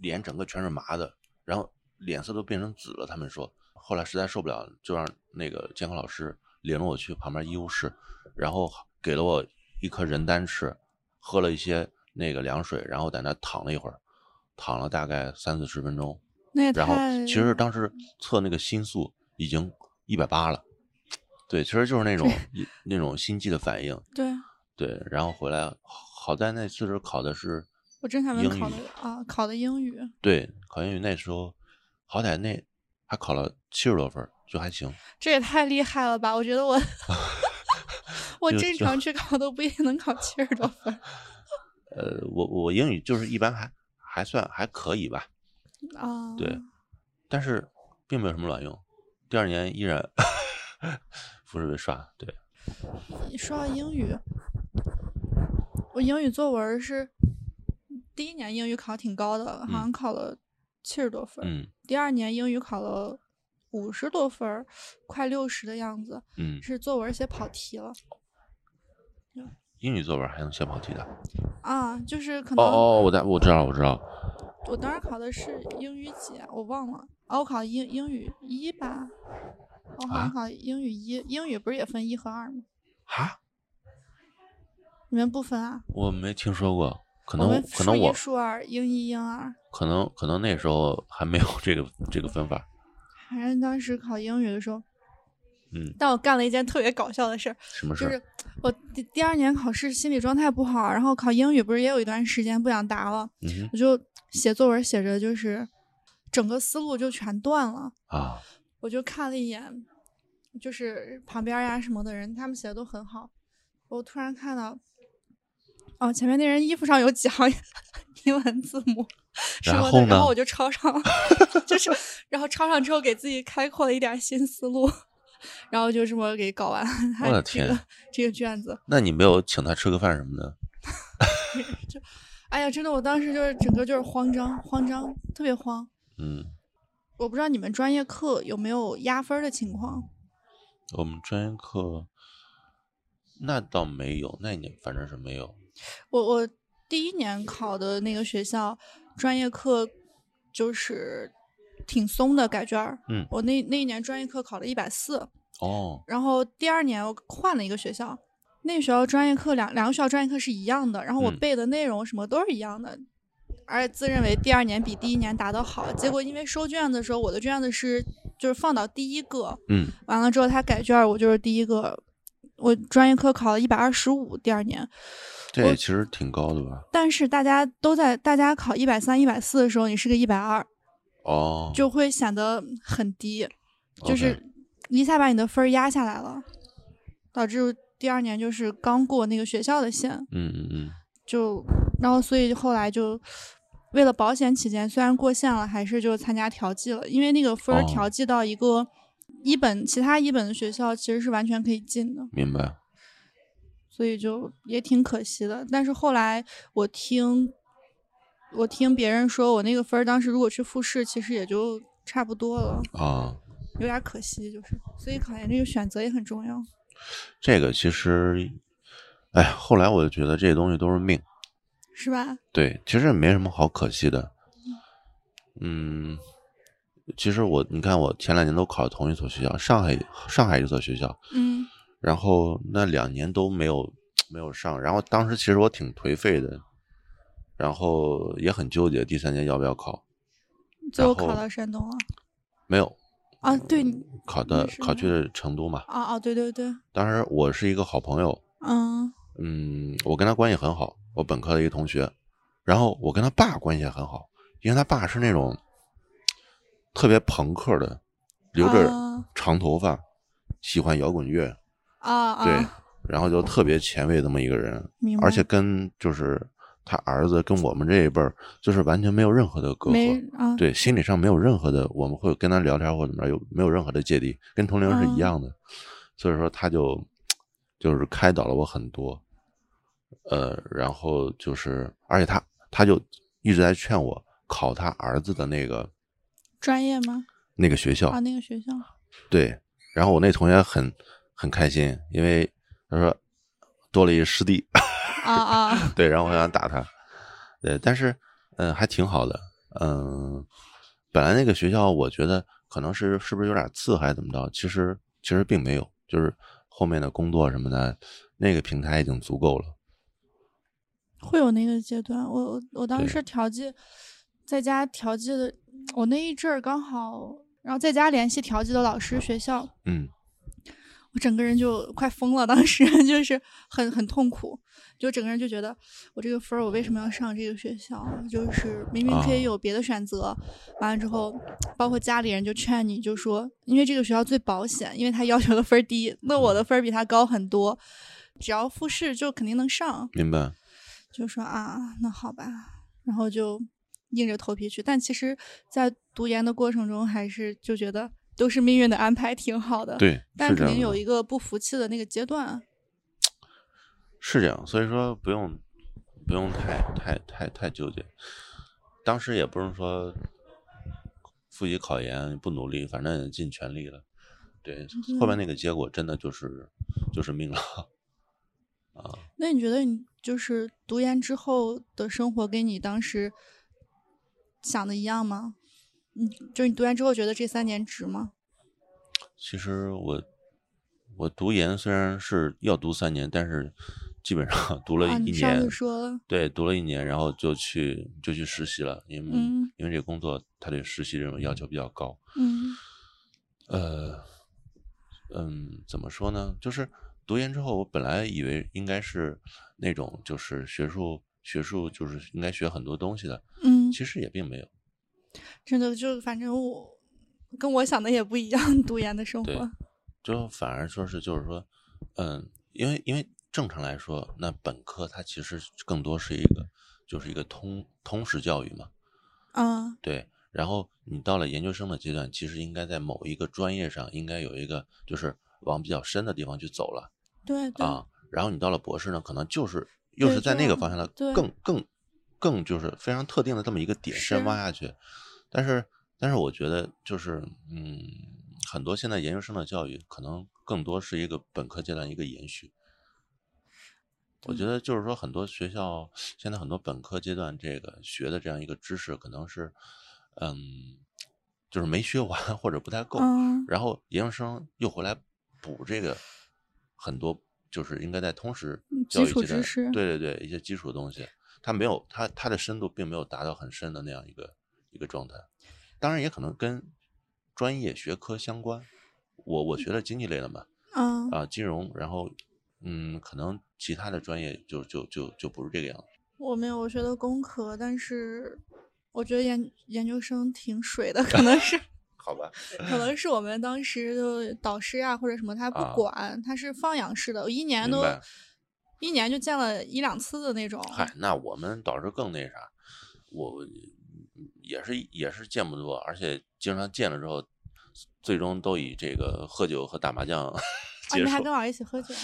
Speaker 2: 脸整个全是麻的，然后脸色都变成紫了。他们说，后来实在受不了，就让那个监考老师领着我去旁边医务室，然后给了我一颗人丹吃，喝了一些那个凉水，然后在那躺了一会儿，躺了大概三四十分钟，
Speaker 4: 那也
Speaker 2: 然后
Speaker 4: 太
Speaker 2: 其实当时测那个心速已经一百八了。对，其实就是那 种一那种心悸的反应，
Speaker 4: 对
Speaker 2: 对，然后回来，好在那次是考的是
Speaker 4: 我真想问
Speaker 2: 英
Speaker 4: 考
Speaker 2: 语
Speaker 4: 的啊，考的英语，
Speaker 2: 对，考英语那时候，好歹那还考了七十多分儿，就还行。
Speaker 4: 这也太厉害了吧！我觉得 我我
Speaker 2: 就
Speaker 4: 正
Speaker 2: 就
Speaker 4: 常去考都不一定能考七十多分
Speaker 2: 呃，我我英语就是一般还还算还可以吧，
Speaker 4: 啊。
Speaker 2: 对，但是并没有什么卵用。第二年依然 复试被刷，对，
Speaker 4: 你说到英语，我英语作文是第一年英语考挺高的，好像考了七十多分儿。
Speaker 2: 嗯
Speaker 4: 第二年英语考了五十多分儿，快六十的样子，
Speaker 2: 嗯，
Speaker 4: 是作文写跑题了
Speaker 2: 英语作文还能写跑题的。
Speaker 4: 啊，就是可
Speaker 2: 哦
Speaker 4: 能
Speaker 2: 哦，我在我知道了我知道了，
Speaker 4: 我当时考的是英语几啊，我忘了。哦，我考英英语一吧，我好
Speaker 2: 啊
Speaker 4: 像考英语一，英语不是也分一和二吗？
Speaker 2: 哈，
Speaker 4: 你们不分啊？
Speaker 2: 我没听说过，可
Speaker 4: 我
Speaker 2: 能
Speaker 4: 们
Speaker 2: 可能
Speaker 4: 数
Speaker 2: 我
Speaker 4: 一数二，英一英二。
Speaker 2: 可能可能那时候还没有这个这个分法。
Speaker 4: 反正当时考英语的时候，
Speaker 2: 嗯，
Speaker 4: 但我干了一件特别搞笑的事儿，
Speaker 2: 什么事
Speaker 4: 就
Speaker 2: 儿？
Speaker 4: 是我第第二年考试心理状态不好，然后考英语不是也有一段时间不想答了，
Speaker 2: 嗯
Speaker 4: 我就写作文写着就是整个思路就全断了。
Speaker 2: 哼啊，
Speaker 4: 我就看了一眼，就是旁边呀、什么的人，他们写的都很好。我突然看到，哦，前面那人衣服上有几行 英文字母什
Speaker 2: 然
Speaker 4: 么
Speaker 2: 后
Speaker 4: 的，
Speaker 2: 呢
Speaker 4: 然后我就抄上了， 就是然后抄上之后给自己开阔了一点新思路， 然后就这么给搞完了他
Speaker 2: 我
Speaker 4: 这个
Speaker 2: 的天
Speaker 4: 这个卷子。
Speaker 2: 那你没有请他吃个饭什么的？
Speaker 4: 哎呀，真的，我当时就是整个就是慌张，慌张，特别慌。
Speaker 2: 嗯。
Speaker 4: 我不知道你们专业课有没有压分儿的情况。
Speaker 2: 我们专业课那倒没有，那一年反正是没有。
Speaker 4: 我我第一年考的那个学校专业课就是挺松的改卷儿，
Speaker 2: 嗯
Speaker 4: 我那那一年专业课考了一百四，
Speaker 2: 哦，
Speaker 4: 然后第二年我换了一个学校，那学校专业课两两个学校专业课是一样的，然后我
Speaker 2: 嗯
Speaker 4: 背的内容什么都是一样的，而且自认为第二年比第一年答得好，结果因为收卷子的时候我的卷子是就是放到第一个，
Speaker 2: 嗯，
Speaker 4: 完了之后他改卷儿我就是第一个，我专业课考了一百二十五，第二年。
Speaker 2: 这也其实挺高的吧？
Speaker 4: 但是大家都在大家考一百三、一百四的时候，你是个一百二，
Speaker 2: 哦，
Speaker 4: 就会显得很低，就
Speaker 2: OK
Speaker 4: 是一下把你的分儿压下来了，导致第二年就是刚过那个学校的线，
Speaker 2: 嗯嗯嗯，
Speaker 4: 就然后所以后来就为了保险起见，虽然过线了，还是就参加调剂了，因为那个分儿
Speaker 2: 哦
Speaker 4: 调剂到一个一本、其他一本的学校其实是完全可以进的。
Speaker 2: 明白。
Speaker 4: 所以就也挺可惜的。但是后来我听我听别人说，我那个分儿当时如果去复试，其实也就差不多了，
Speaker 2: 啊，
Speaker 4: 有点可惜，就是。所以考研这个选择也很重要。
Speaker 2: 这个其实，哎，后来我就觉得这东西都是命。
Speaker 4: 是吧？
Speaker 2: 对，其实也没什么好可惜的。嗯，其实我你看，我前两年都考同一所学校，上海上海一所学校，
Speaker 4: 嗯，
Speaker 2: 然后那两年都没有没有上，然后当时其实我挺颓废的，然后也很纠结第三年要不要考，
Speaker 4: 最后
Speaker 2: 然后
Speaker 4: 考到山东了
Speaker 2: 没有
Speaker 4: 啊？对，你
Speaker 2: 考的
Speaker 4: 没事
Speaker 2: 考去的成都嘛。
Speaker 4: 啊啊，对对对，
Speaker 2: 当时我是一个好朋友，
Speaker 4: 嗯
Speaker 2: 嗯，我跟他关系很好，我本科的一个同学，然后我跟他爸关系也很好，因为他爸是那种特别朋克的，留着
Speaker 4: 啊
Speaker 2: 长头发，喜欢摇滚乐，
Speaker 4: 啊，啊
Speaker 2: 对，然后就特别前卫这么一个人，
Speaker 4: 明白。
Speaker 2: 而且跟就是他儿子跟我们这一辈儿就是完全没有任何的隔
Speaker 4: 没
Speaker 2: 阂，
Speaker 4: 啊，
Speaker 2: 对，心理上没有任何的，我们会跟他聊天或怎么着，有没有任何的芥蒂，跟同龄是一
Speaker 4: 嗯
Speaker 2: 样的，所以说他就就是开导了我很多，呃，然后就是，而且他他就一直在劝我考他儿子的那个
Speaker 4: 专业吗？
Speaker 2: 那个学校，
Speaker 4: 啊，那个学校
Speaker 2: 对，然后我那同学很很开心，因为他说多了一师弟，
Speaker 4: 啊啊，
Speaker 2: 对，然后我想打他，对，但是嗯、呃还挺好的，嗯、本来那个学校我觉得可能是是不是有点次还是怎么着，其实其实并没有，就是后面的工作什么的，那个平台已经足够了。
Speaker 4: 会有那个阶段。我我我当
Speaker 2: 对
Speaker 4: 时调剂，在家调剂的，我那一阵儿刚好，然后在家联系调剂的老师、学校，
Speaker 2: 嗯，
Speaker 4: 我整个人就快疯了。当时 就是很很痛苦，就整个人就觉得我这个分儿，我为什么要上这个学校？就是明明可以
Speaker 2: 啊
Speaker 4: 有别的选择。完了之后，包括家里人就劝你，就说因为这个学校最保险，因为他要求的分儿低，那我的
Speaker 2: 嗯
Speaker 4: 分儿比他高很多，只要复试就肯定能上。
Speaker 2: 明白。
Speaker 4: 就说啊，那好吧，然后就硬着头皮去。但其实，在读研的过程中，还是就觉得都是命运的安排，挺好的。，
Speaker 2: 对，
Speaker 4: 但
Speaker 2: 是这
Speaker 4: 肯
Speaker 2: 样
Speaker 4: 定
Speaker 2: 的
Speaker 4: 有一个不服气的那个阶段。
Speaker 2: 是这样，所以说不用不用太太太太纠结。当时也不是说复习考研不努力，反正也尽全力了。对，
Speaker 4: 嗯
Speaker 2: 后面那个结果真的就是就是命了啊。
Speaker 4: 那你觉得你就是读研之后的生活跟你当时想的一样吗？你就是你读研之后觉得这三年值吗？
Speaker 2: 其实我我读研虽然是要读三年，但是基本上 读了
Speaker 4: 啊，
Speaker 2: 一
Speaker 4: 你上
Speaker 2: 年，
Speaker 4: 次说了，
Speaker 2: 对，读了一年，然后就去就去实习了，因为、
Speaker 4: 嗯
Speaker 2: 因为这个工作它对实习这种要求比较高。
Speaker 4: 嗯
Speaker 2: 呃，嗯，怎么说呢？就是读研之后，我本来以为应该是那种就是学术学术就是应该学很多东西的，
Speaker 4: 嗯，
Speaker 2: 其实也并没有。
Speaker 4: 真的就反正我跟我想的也不一样， 读研的生
Speaker 2: 对
Speaker 4: 活。
Speaker 2: 就反而说是就是说，嗯，因为因为正常来说，那本科它其实更多是一个就是一个通通识教育嘛，
Speaker 4: 嗯
Speaker 2: 对。然后你到了研究生的阶段，其实应该在某一个专业上应该有一个就是往比较深的地方去走了。
Speaker 4: 对对，
Speaker 2: 啊，然后你到了博士呢，可能就是又
Speaker 4: 对
Speaker 2: 是在
Speaker 4: 就
Speaker 2: 那个方向的
Speaker 4: 对
Speaker 2: 更更更就是非常特定的这么一个点
Speaker 4: 是啊
Speaker 2: 深挖下去。但是但是我觉得就是嗯，很多现在研究生的教育可能更多是一个本科阶段一个延续。我觉得就是说，很多学校现在很多本科阶段这个学的这样一个知识，可能是，嗯，就是没学完或者不太够，
Speaker 4: 嗯
Speaker 2: 然后研究生又回来补这个很多，就是应该在通识
Speaker 4: 嗯基
Speaker 2: 教育
Speaker 4: 础
Speaker 2: 阶
Speaker 4: 知
Speaker 2: 段
Speaker 4: 识
Speaker 2: 对对对，一些基础的东西，它没有它它的深度并没有达到很深的那样一个一个状态，当然也可能跟专业学科相关。我我学了经济类的嘛，
Speaker 4: 嗯
Speaker 2: 啊，金融，然后嗯，可能其他的专业就就就就不是这个样子。
Speaker 4: 我没有，我学的工科，但是我觉得研研究生挺水的， 可能 是
Speaker 2: 好吧，
Speaker 4: 可能是我们当时就导师呀、或者什么他不
Speaker 2: 啊
Speaker 4: 管，他是放养式的，我一年
Speaker 2: 明
Speaker 4: 都
Speaker 2: 白
Speaker 4: 一年就见了一两次的那种。啊
Speaker 2: 嗨，那我们导师更那啥，我也是也是见不多，而且经常见了之后，最终都以这个喝酒和打麻将
Speaker 4: 啊，
Speaker 2: 结
Speaker 4: 你还
Speaker 2: 束
Speaker 4: 跟。老师一起喝酒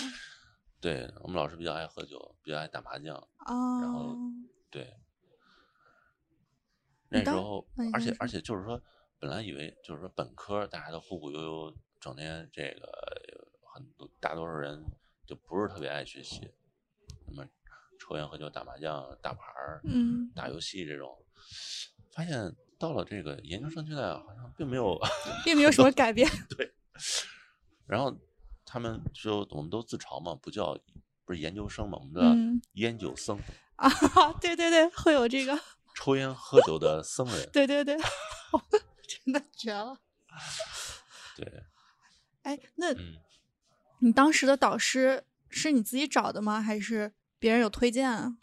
Speaker 2: 对我们老师比较爱喝酒，比较爱打麻将，
Speaker 4: 啊？
Speaker 2: 后
Speaker 4: 哦
Speaker 2: 对。
Speaker 4: 你
Speaker 2: 那时
Speaker 4: 当嗯
Speaker 2: 候
Speaker 4: 那你，当
Speaker 2: 而且
Speaker 4: 时
Speaker 2: 而且就是说，本来以为就是说本科大家都忽忽悠悠，整天这个呃很多大多数人就不是特别爱学习，那么抽烟喝酒打麻将打牌儿，
Speaker 4: 嗯，
Speaker 2: 打游戏这种，发现到了这个研究生阶段好像并没有，
Speaker 4: 并没有什么改变。
Speaker 2: 然后他们就我们都自嘲嘛，不叫不是研究生嘛，我们
Speaker 4: 嗯
Speaker 2: 叫烟酒僧，
Speaker 4: 啊，对对对，会有这个，，
Speaker 2: 抽烟喝酒的僧人
Speaker 4: 对对 对， 真的绝了。
Speaker 2: 对，
Speaker 4: 哎，那
Speaker 2: 嗯。
Speaker 4: 你当时的导师是你自己找的吗？还是别人有推荐啊？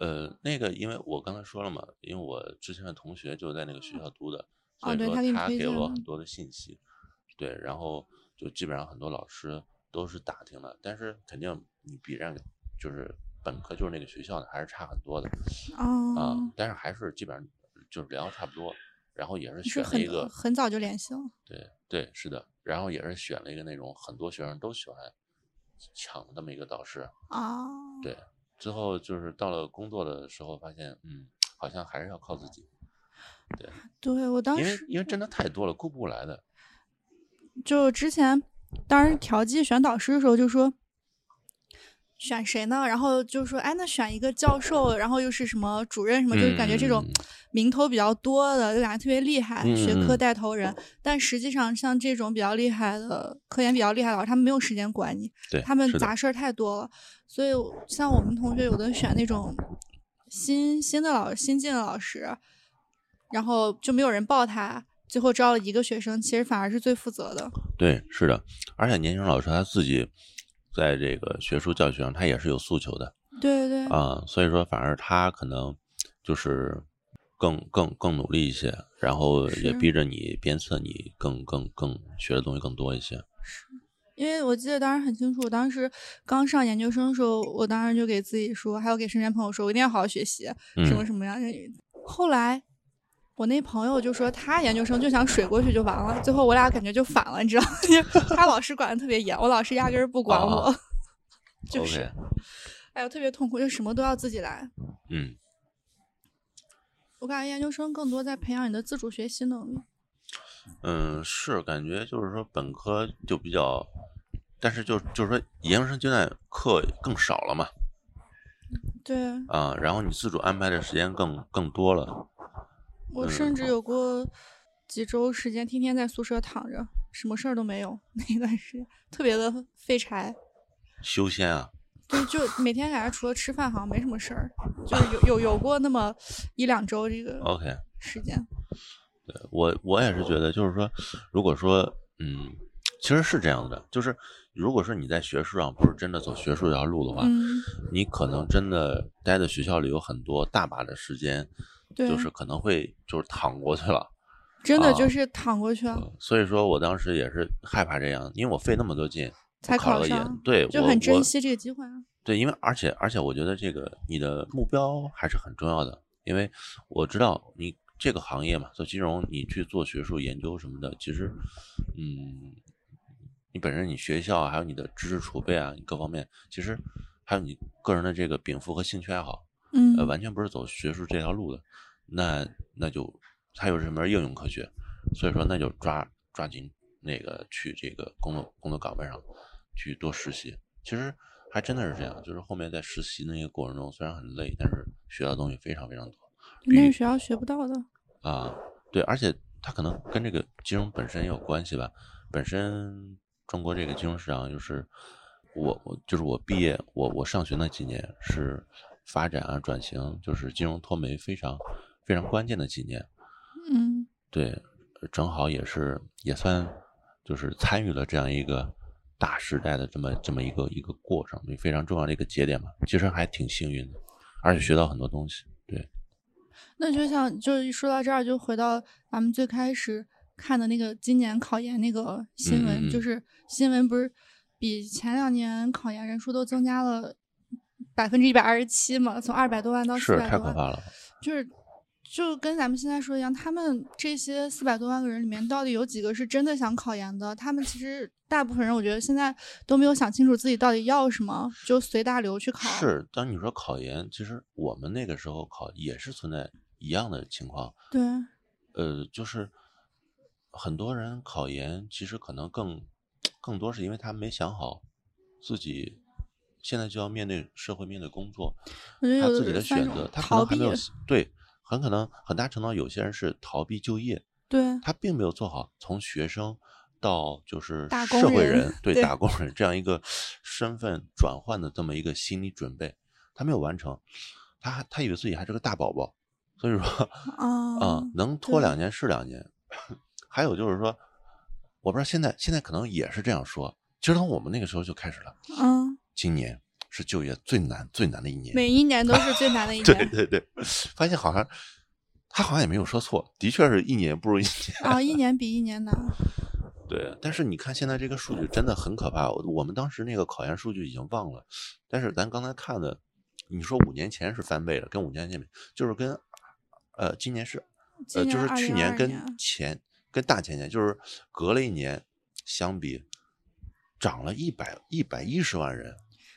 Speaker 2: 呃，那个，因为我刚才说了嘛，因为我之前的同学就在那个学校读的，
Speaker 4: 哦
Speaker 2: 所以
Speaker 4: 对
Speaker 2: 说
Speaker 4: 他给你
Speaker 2: 他
Speaker 4: 推
Speaker 2: 给
Speaker 4: 荐
Speaker 2: 了我
Speaker 4: 了
Speaker 2: 很多的信息，对，然后就基本上很多老师都是打听了，但是肯定你比人家就是本科就是那个学校的还是差很多的啊、
Speaker 4: 哦，
Speaker 2: 但是还是基本上就是聊得差不多，然后也是
Speaker 4: 你是
Speaker 2: 选了一
Speaker 4: 很
Speaker 2: 个，
Speaker 4: 很早就联系了。
Speaker 2: 对对是的，然后也是选了一个那种很多学生都喜欢抢的那么一个导师，
Speaker 4: 啊，
Speaker 2: 对，之后就是到了工作的时候，发现嗯，好像还是要靠自己，
Speaker 4: 对我当
Speaker 2: 因为
Speaker 4: 时
Speaker 2: 因为真的太多了，顾不过来的。
Speaker 4: 就之前，当时调剂选导师的时候就说。选谁呢？然后就说，哎，那选一个教授，然后又是什么主任什么，就是感觉这种
Speaker 2: 嗯
Speaker 4: 名头比较多的，就感觉特别厉害，
Speaker 2: 嗯
Speaker 4: 学科
Speaker 2: 嗯
Speaker 4: 带头人。但实际上，像这种比较厉害的科研比较厉害的老师，他们没有时间管你，
Speaker 2: 对，
Speaker 4: 他们
Speaker 2: 是的
Speaker 4: 杂事儿太多了，所以像我们同学有的选那种新新的老新进的老师，然后就没有人报他，最后招了一个学生，其实反而是最负责的。
Speaker 2: 对是的，而且年轻老师他自己在这个学术教学上，他也是有诉求的
Speaker 4: 对对对，
Speaker 2: 啊、所以说反而他可能就是更更更努力一些，然后也
Speaker 4: 是
Speaker 2: 逼着你鞭策你更更更学的东西更多一些。
Speaker 4: 因为我记得当时很清楚，我当时刚上研究生的时候，我当时就给自己说，还有给身边朋友说，我一定要好好学习，
Speaker 2: 嗯
Speaker 4: 什么什么样。后来。我那朋友就说他研究生就想水过去就完了，最后我俩感觉就反了，你知道吗？ 就他老师管的特别严，我老师压根儿不管我，
Speaker 2: 啊
Speaker 4: 就
Speaker 2: OK，
Speaker 4: 是哎呦，特别痛苦，就什么都要自己来。
Speaker 2: 嗯，
Speaker 4: 我感觉研究生更多在培养你的自主学习能力。
Speaker 2: 嗯，是感觉就是说本科就比较，但是就就是说研究生阶段课更少了嘛，
Speaker 4: 对
Speaker 2: 啊，然后你自主安排的时间更更多了，嗯
Speaker 4: 我甚至有过几周时间，天天在宿舍躺着，什么事儿都没有。 那段时间特别的废柴，
Speaker 2: 修仙啊，
Speaker 4: 就就每天感觉除了吃饭好像没什么事儿，就是有有有过那么一两周这个
Speaker 2: OK，
Speaker 4: 时
Speaker 2: 啊
Speaker 4: 间。
Speaker 2: 对我我也是觉得就是说，如果说嗯，其实是这样的，就是如果说你在学术上不是真的走学术这条路的话，
Speaker 4: 嗯，
Speaker 2: 你可能真的待在学校里有很多大把的时间，
Speaker 4: 对，
Speaker 2: 就是可能会就是躺过去了。
Speaker 4: 真的
Speaker 2: 啊
Speaker 4: 就是躺过去了，
Speaker 2: 呃所以说我当时也是害怕这样，因为我费那么多劲
Speaker 4: 才
Speaker 2: 考了
Speaker 4: 考
Speaker 2: 个研
Speaker 4: 上，
Speaker 2: 对，
Speaker 4: 就
Speaker 2: 我
Speaker 4: 很珍。
Speaker 2: 我
Speaker 4: 惜这个机会啊。
Speaker 2: 对，因为而且而且我觉得这个你的目标还是很重要的，因为我知道你这个行业嘛，做金融，你去做学术研究什么的，其实，嗯，你本身你学校啊还有你的知识储备啊，你各方面，其实还有你个人的这个禀赋和兴趣爱好，
Speaker 4: 嗯，
Speaker 2: 呃，完全不是走学术这条路的，那那就它又是门应用科学，所以说那就抓抓紧那个去这个工作工作岗位上去多实习。其实还真的是这样，就是后面在实习那个过程中，虽然很累，但是学到的东西非常非常多。
Speaker 4: 那
Speaker 2: 比
Speaker 4: 是学校学不到的。
Speaker 2: 啊，对，而且它可能跟这个金融本身也有关系吧。本身中国这个金融市场就是我我就是我毕业我我上学那几年是发展啊转型就是金融脱媒非常非常关键的几年。
Speaker 4: 嗯，
Speaker 2: 对，正好也是也算就是参与了这样一个大时代的这么这么一个一个过程，非常重要的一个节点嘛。其实还挺幸运的，而且学到很多东西。对，
Speaker 4: 那就像就是一说到这儿，就回到咱们最开始看的那个今年考研那个新闻，
Speaker 2: 嗯嗯嗯
Speaker 4: 就是新闻不是比前两年考研人数都增加了百分之一百二十七嘛，从二百多哦万到四
Speaker 2: 是
Speaker 4: 百
Speaker 2: 太
Speaker 4: 多
Speaker 2: 可
Speaker 4: 万，
Speaker 2: 怕了。
Speaker 4: 就是就跟咱们现在说一样，他们这些四百多万个人里面，到底有几个是真的想考研的？他们其实大部分人，我觉得现在都没有想清楚自己到底要什么，就随大流去考。，
Speaker 2: 是，当你说考研，其实我们那个时候考也是存在一样的情况，
Speaker 4: 对，
Speaker 2: 呃，就是很多人考研其实可能更更多是因为他没想好自己现在就要面对社会、面对工作，
Speaker 4: 我觉得
Speaker 2: 他
Speaker 4: 有
Speaker 2: 自己的
Speaker 4: 三
Speaker 2: 选
Speaker 4: 种
Speaker 2: 择，他可
Speaker 4: 逃
Speaker 2: 能还
Speaker 4: 避
Speaker 2: 没，有对，很可能很大程度上有些人是逃避就业，
Speaker 4: 对，
Speaker 2: 他并没有做好从学生到就是
Speaker 4: 打工
Speaker 2: 社会
Speaker 4: 人
Speaker 2: 人 对
Speaker 4: 对
Speaker 2: 打工人这样一个身份转换的这么一个心理准备，他没有完成，他还他以为自己还是个大宝宝，所以说
Speaker 4: 啊、
Speaker 2: 啊、能拖
Speaker 4: 对
Speaker 2: 两年是两年。还有就是说，我不知道现在现在可能也是这样说，其实从我们那个时候就开始了，
Speaker 4: 嗯，
Speaker 2: 今年是就业最难最难的一年，
Speaker 4: 每一年都是最难的一
Speaker 2: 对
Speaker 4: 年
Speaker 2: 对对，发现好像他好像也没有说错，的确是一年不如一年。
Speaker 4: 啊，一年比一年难。
Speaker 2: 对，但是你看现在这个数据真的很可怕。我我们当时那个考研数据已经忘了，但是咱刚才看的，你说五年前是翻倍了，跟五年前比，就是跟呃今年是呃
Speaker 4: 今
Speaker 2: 就
Speaker 4: 年
Speaker 2: 是去年
Speaker 4: 2022
Speaker 2: 跟
Speaker 4: 年
Speaker 2: 前跟大前年就是隔了一年相比，涨了一百一百一十万人，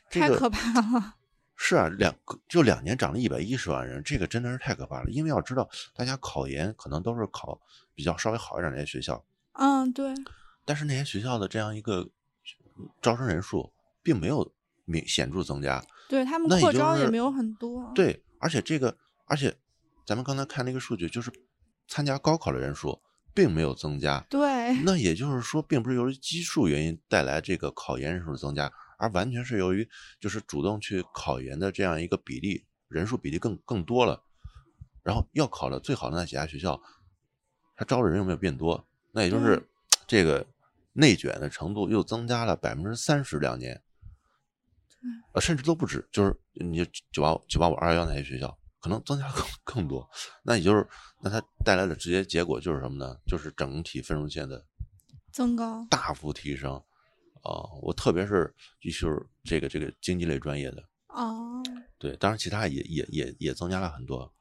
Speaker 2: 这
Speaker 4: 太
Speaker 2: 个
Speaker 4: 可怕了。
Speaker 2: 是啊，两个就两年涨了一百一十万人，这个真的是太可怕了。因为要知道，大家考研可能都是考比较稍微好一点的那些学校，
Speaker 4: 嗯，对，
Speaker 2: 但是那些学校的这样一个招生人数并没有明显著增加。
Speaker 4: 对他们
Speaker 2: 那也
Speaker 4: 扩
Speaker 2: 就
Speaker 4: 招也
Speaker 2: 是
Speaker 4: 没有很多。，
Speaker 2: 对，而且这个，而且咱们刚才看那个数据，就是参加高考的人数并没有增加。
Speaker 4: 对，
Speaker 2: 那也就是说，并不是由于基数原因带来这个考研人数的增加，而完全是由于就是主动去考研的这样一个比例人数比例更更多了，然后要考的最好的那几家学校，它招的人又没有变多，那也就是这个内卷的程度又增加了百分之三十两年，呃，甚至都不止，就是你九八九八五二幺幺那些学校。可能增加更更多，那也就是，那它带来的直接结果就是什么呢？就是整体分数线的
Speaker 4: 增高。
Speaker 2: 大幅提升啊、我特别是就是这个这个经济类专业的，
Speaker 4: 哦，
Speaker 2: 对，当然其他也也也也增加了很多。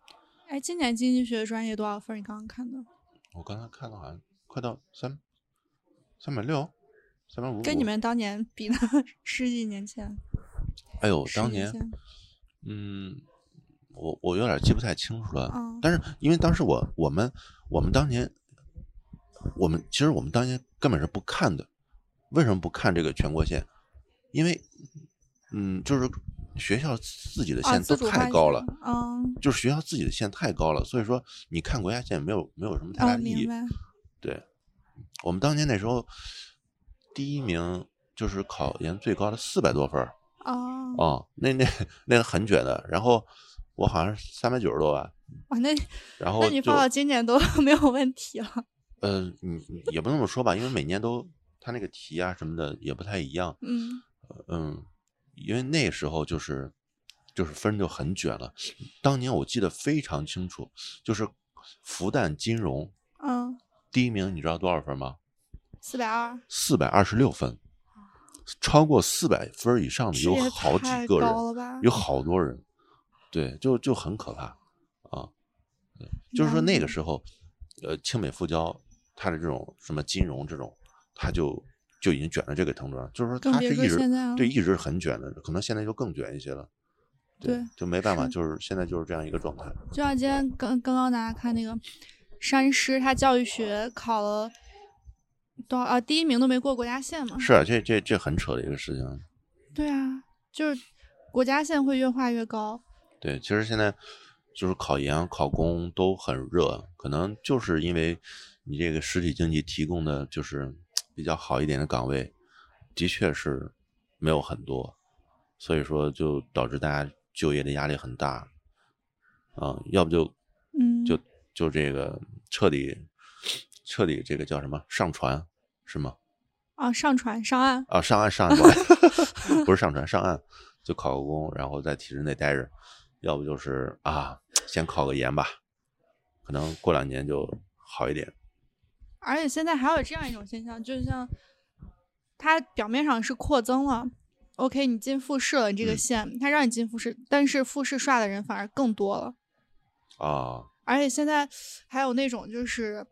Speaker 4: 哎，今年经济学专业多少分儿？你刚刚看的，
Speaker 2: 我刚才看到好像快到三三百六、三百五，
Speaker 4: 跟你们当年比呢，十几年前。
Speaker 2: 哎呦，
Speaker 4: 十
Speaker 2: 当
Speaker 4: 年
Speaker 2: 年
Speaker 4: 前哦
Speaker 2: 嗯，我我有点记不太清楚了，
Speaker 4: 嗯
Speaker 2: 但是因为当时我我们我们当年我们其实我们当年根本是不看的，为什么不看这个全国线？因为嗯，就是学校自己的
Speaker 4: 啊，
Speaker 2: 线
Speaker 4: 自
Speaker 2: 都
Speaker 4: 主
Speaker 2: 太
Speaker 4: 化
Speaker 2: 高
Speaker 4: 是
Speaker 2: 了。
Speaker 4: 吗嗯，
Speaker 2: 就是学校自己的线太高了，所以说你看国家线没有没有什么太大
Speaker 4: 哦，
Speaker 2: 的意
Speaker 4: 明
Speaker 2: 义。
Speaker 4: 白。
Speaker 2: 对，我们当年那时候第一名就是考研最高的四百多分儿
Speaker 4: 哦，
Speaker 2: 哦，那那那很卷的。然后我好像是三百九十多吧，
Speaker 4: 哇，那
Speaker 2: 然后
Speaker 4: 那你
Speaker 2: 就
Speaker 4: 放到今年都 没有问题了。
Speaker 2: 呃，你你也不能这么说吧，因为每年都他那个题啊什么的也不太一样。
Speaker 4: 嗯，
Speaker 2: 嗯，因为那时候就是就是分就很卷了。当年我记得非常清楚，就是复旦金融
Speaker 4: 嗯，
Speaker 2: 第一名，你知道多少分吗？
Speaker 4: 四百二，
Speaker 2: 四百二十六分，超过四百分以上的
Speaker 4: 这
Speaker 2: 有
Speaker 4: 也
Speaker 2: 好几
Speaker 4: 太
Speaker 2: 个人
Speaker 4: 高，了吧？
Speaker 2: 有好多人，对，就就很可怕啊。对就是说那个时候，呃，清北复交它的这种什么金融这种，它就就已经卷到这个程度上，就是说
Speaker 4: 更
Speaker 2: 它
Speaker 4: 别
Speaker 2: 是
Speaker 4: 说
Speaker 2: 一直
Speaker 4: 现在了
Speaker 2: 对一直是很卷的，可能现在就更卷一些了。对
Speaker 4: 对，
Speaker 2: 就没办法，
Speaker 4: 是嗯
Speaker 2: 就是现在就是这样一个状态。
Speaker 4: 就像今天刚刚刚大家看那个山师，他教育学考了多少啊？第一名都没过国家线嘛？
Speaker 2: 是啊，这这这很扯的一个事情。
Speaker 4: 对啊，就是国家线会越画越高。
Speaker 2: 对，其实现在就是考研、考公都很热，可能就是因为你这个实体经济提供的就是比较好一点的岗位，的确是没有很多，所以说就导致大家就业的压力很大。啊，要不就
Speaker 4: 嗯，
Speaker 2: 就就这个彻底彻底这个叫什么上船是吗？
Speaker 4: 啊，上船上岸，
Speaker 2: 啊，上岸上岸不好 不是上船上岸，就考个公，然后在体制内待着，要不就是啊，先考个研吧，可能过两年就好一点。
Speaker 4: 而且现在还有这样一种现象，就像它表面上是扩增了，OK，你进复试了，你这个
Speaker 2: 嗯
Speaker 4: 线，它让你进复试，但是复试刷的人反而更多了。
Speaker 2: 啊，
Speaker 4: 而且现在还有那种就是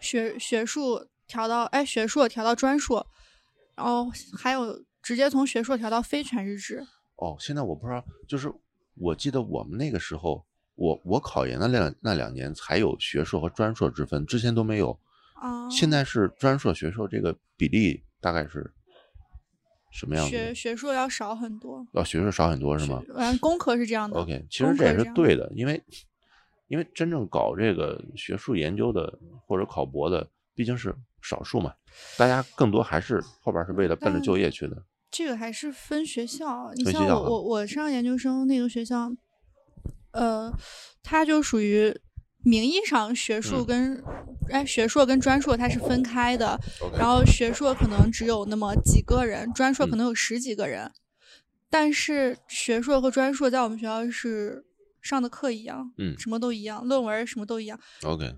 Speaker 4: 学学术调到哎学硕调到专硕，然后还有直接从学硕调到非全日制。
Speaker 2: 哦，现在我不知道，就是我记得我们那个时候，我我考研的那两那两年才有学硕和专硕之分，之前都没有。
Speaker 4: 啊，
Speaker 2: 现在是专硕学硕这个比例大概是什么样
Speaker 4: 学
Speaker 2: 子？
Speaker 4: 学硕要少很多，
Speaker 2: 哦，学硕少很多是吗？
Speaker 4: 反正工科是这样的。
Speaker 2: OK，其实
Speaker 4: 功课
Speaker 2: 这也
Speaker 4: 是
Speaker 2: 是
Speaker 4: 这样
Speaker 2: 对的，因为因为真正搞这个学术研究的或者考博的，毕竟是少数嘛，大家更多还是后边是为了奔着
Speaker 4: 但
Speaker 2: 就业去的。
Speaker 4: 这个还是分学校，你
Speaker 2: 分学
Speaker 4: 像
Speaker 2: 校
Speaker 4: 我
Speaker 2: 哈
Speaker 4: 我我上研究生那个学校，呃，它就属于名义上学术
Speaker 2: 嗯
Speaker 4: 跟、哎学硕跟专硕它是分开的，
Speaker 2: OK，
Speaker 4: 然后学硕可能只有那么几个人，专硕
Speaker 2: 嗯
Speaker 4: 可能有十几个人，但是学硕和专硕在我们学校是上的课一样，
Speaker 2: 嗯
Speaker 4: 什么都一样，论文什么都一样，
Speaker 2: OK，
Speaker 4: 哎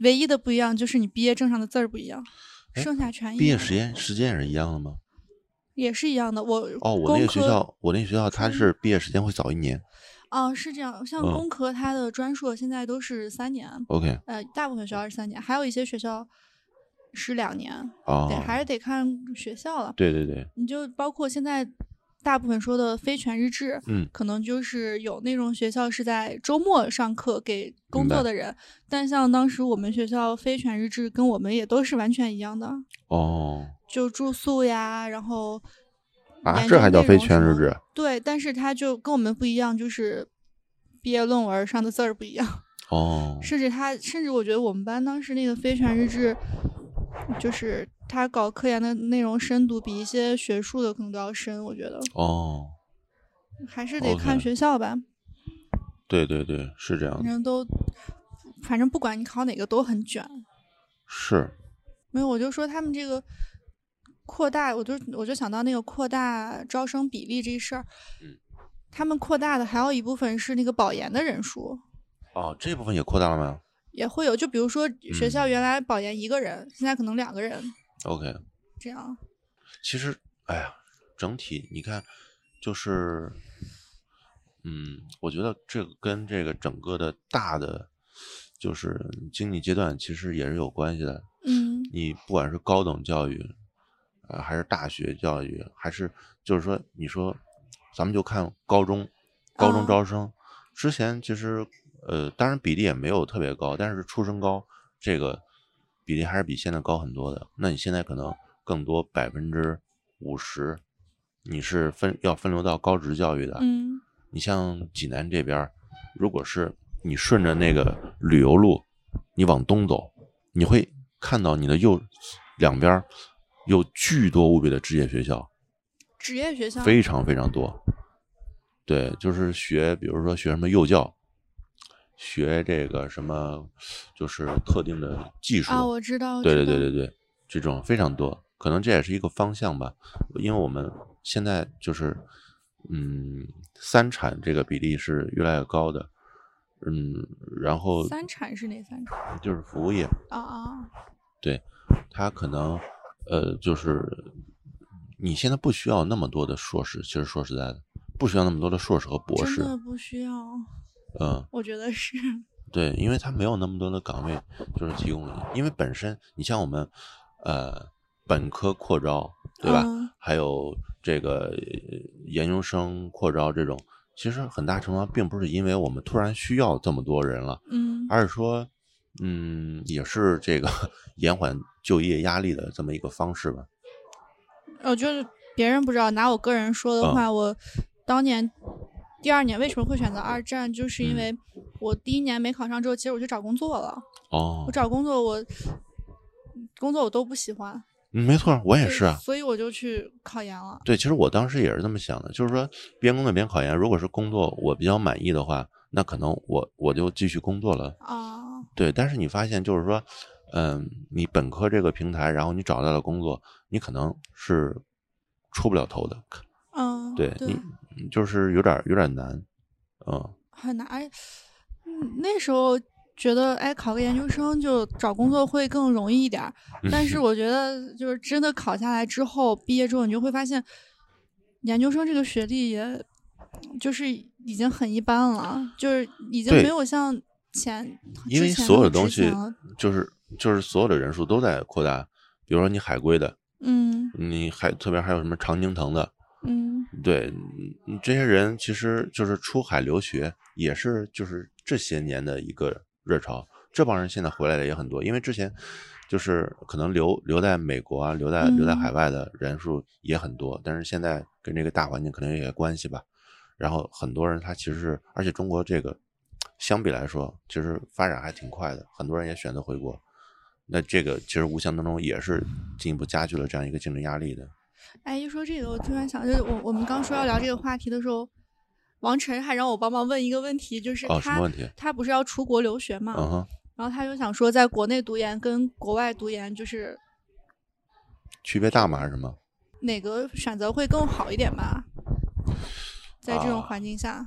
Speaker 4: 唯一的不一样就是你毕业证上的字儿不一样，
Speaker 2: 哎
Speaker 4: 剩下全一样。
Speaker 2: 毕业时间时间也是一样的吗？
Speaker 4: 也是一样的。我
Speaker 2: 哦，我
Speaker 4: 工
Speaker 2: 那个学
Speaker 4: 科嗯
Speaker 2: 校，我那个学校它
Speaker 4: 专
Speaker 2: 是毕业时间会早一年。
Speaker 4: 哦，是这样，像
Speaker 2: 嗯
Speaker 4: 工科它的专硕现在都是三年，
Speaker 2: OK，
Speaker 4: 呃，大部分学校是三年，还有一些学校是两年，
Speaker 2: 哦
Speaker 4: 对，，还是得看学校了。
Speaker 2: 对对对，
Speaker 4: 你就包括现在大部分说的非全日制，
Speaker 2: 嗯
Speaker 4: 可能就是有那种学校是在周末上课给工
Speaker 2: 明白
Speaker 4: 作的人，但像当时我们学校非全日制跟我们也都是完全一样的，
Speaker 2: 哦，
Speaker 4: 就住宿呀，然后
Speaker 2: 啊
Speaker 4: 研
Speaker 2: 这
Speaker 4: 究
Speaker 2: 还叫
Speaker 4: 内
Speaker 2: 非
Speaker 4: 容
Speaker 2: 全
Speaker 4: 什
Speaker 2: 日
Speaker 4: 么
Speaker 2: 制？
Speaker 4: 对，但是它就跟我们不一样，就是毕业论文上的字儿不一样，
Speaker 2: 哦，
Speaker 4: 甚至它甚至我觉得我们班当时那个非全日制，就是他搞科研的内容深度比一些学术的可能都要深，我觉得
Speaker 2: 哦，
Speaker 4: 还是得看
Speaker 2: OK 嗯
Speaker 4: 学校吧，
Speaker 2: 对对对，是这样
Speaker 4: 反
Speaker 2: 的，
Speaker 4: 正都反正不管你考哪个都很卷。
Speaker 2: 是，
Speaker 4: 没有，我就说他们这个扩大，我就我就想到那个扩大招生比例这事儿，
Speaker 2: 嗯，
Speaker 4: 他们扩大的还有一部分是那个保研的人数
Speaker 2: 哦，这部分也扩大了吗
Speaker 4: 也会有，就比如说学
Speaker 2: 嗯
Speaker 4: 校原来保研一个人，现在可能两个人
Speaker 2: ？OK，
Speaker 4: 这样，
Speaker 2: 其实，哎呀，整体你看，就是，嗯，我觉得这个跟这个整个的大的，就是经济阶段，其实也是有关系的。
Speaker 4: 嗯，
Speaker 2: 你不管是高等教育，呃，还是大学教育，还是就是说，你说，咱们就看高中，高中
Speaker 4: 嗯
Speaker 2: 招生、之前其实，呃，当然比例也没有特别高，但是出生高这个比例还是比现在高很多的。那你现在可能更多百分之五十，你是分要分流到高职教育的。
Speaker 4: 嗯
Speaker 2: 你像济南这边儿，如果是你顺着那个旅游路，你往东走，你会看到你的右两边儿有巨多无比的职业学校，
Speaker 4: 职业学校，
Speaker 2: 非常非常多。对，就是学，比如说学什么幼教，学这个什么，就是特定的技术
Speaker 4: 啊，我知道，我
Speaker 2: 对对
Speaker 4: 知
Speaker 2: 对
Speaker 4: 道
Speaker 2: 对对，这种非常多，可能这也是一个方向吧。因为我们现在就是，嗯，三产这个比例是越来越高的，嗯，然后
Speaker 4: 三产是哪三产
Speaker 2: 就是服务业，
Speaker 4: 啊啊，
Speaker 2: 它可能呃，就是你现在不需要那么多的硕士，其实说实在的，不需要那么多的硕士和博
Speaker 4: 真
Speaker 2: 士，
Speaker 4: 的不需要，
Speaker 2: 嗯，
Speaker 4: 我觉得是，
Speaker 2: 对，因为它没有那么多的岗位，就是提供了你，因为本身你像我们，呃，本科扩招，对吧？
Speaker 4: 嗯
Speaker 2: 还有这个呃研究生扩招这种，其实很大程度上并不是因为我们突然需要这么多人了，
Speaker 4: 嗯
Speaker 2: 而是说嗯，也是这个 延缓就业压力的这么一个方式吧。
Speaker 4: 嗯我觉得别人不知道，拿我个人说
Speaker 2: 嗯
Speaker 4: 的话，我当年第二年为什么会选择二战，就是因
Speaker 2: 嗯
Speaker 4: 为我第一年没考上之后，其实我去找工作了。
Speaker 2: 哦
Speaker 4: 我，找工作我，工作我都不喜欢，
Speaker 2: 嗯没错，我也
Speaker 4: 对
Speaker 2: 是啊。
Speaker 4: 所以我就去考研了。
Speaker 2: 对，其实我当时也是这么想的，就是说边工作边考研。如果是工作我比较满意的话，那可能我我就继续工作了。
Speaker 4: 啊，
Speaker 2: 对，但是你发现就是说，嗯，你本科这个平台，然后你找到了工作，你可能是出不了头的，
Speaker 4: 嗯，
Speaker 2: 对你就是有点有点难，嗯，
Speaker 4: 很难。哎，嗯那时候觉得，哎，考个研究生就找工作会更容易一点儿。
Speaker 2: 嗯
Speaker 4: 但是我觉得，就是真的考下来之后，毕业之后，你就会发现，研究生这个学历也，就是已经很一般了，就是已经
Speaker 2: 对
Speaker 4: 没有像前
Speaker 2: 因为
Speaker 4: 之前
Speaker 2: 所
Speaker 4: 那
Speaker 2: 有
Speaker 4: 么
Speaker 2: 的东
Speaker 4: 值钱
Speaker 2: 西
Speaker 4: 了
Speaker 2: 就是就是所有的人数都在扩大，比如说你海归的，
Speaker 4: 嗯
Speaker 2: 你还特别还有什么常青藤的，
Speaker 4: 嗯
Speaker 2: 对，嗯这些人其实就是出海留学，也是就是这些年的一个热潮。这帮人现在回来的也很多，因为之前就是可能留留在美国啊，留在留在海
Speaker 4: 嗯
Speaker 2: 外的人数也很多，但是现在跟这个大环境可能有些关系吧。然后很多人他其实是，而且中国这个相比来说，其实发展还挺快的，很多人也选择回国。那这个其实无形当中也是进一步加剧了这样一个竞争压力的。
Speaker 4: 哎，一说这个，我突然想，就是我我们刚说要聊这个话题的时候，王晨还让我帮忙问一个问题，就是
Speaker 2: 哦，什
Speaker 4: 他、嗯
Speaker 2: 么问题？
Speaker 4: 他不是要出国留学嘛，
Speaker 2: 嗯哼，
Speaker 4: 然后他就想说，在国内读研跟国外读研就是
Speaker 2: 区别大吗？还是什么？
Speaker 4: 哪个选择会更好一点吧？在这种
Speaker 2: 啊
Speaker 4: 环境下，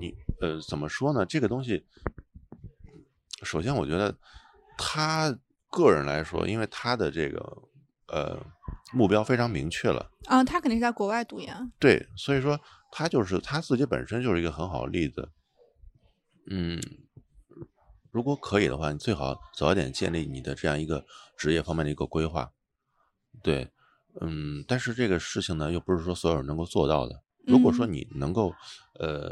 Speaker 2: 你呃，怎么说呢？这个东西，首先我觉得他个人来说，因为他的这个呃目标非常明确了，
Speaker 4: 啊，他肯定是在国外读研，
Speaker 2: 对，所以说他就是他自己本身就是一个很好的例子。嗯，如果可以的话，你最好早一点建立你的这样一个职业方面的一个规划。对，嗯，但是这个事情呢，又不是说所有人能够做到的。如果说
Speaker 4: 嗯
Speaker 2: 你能够，呃，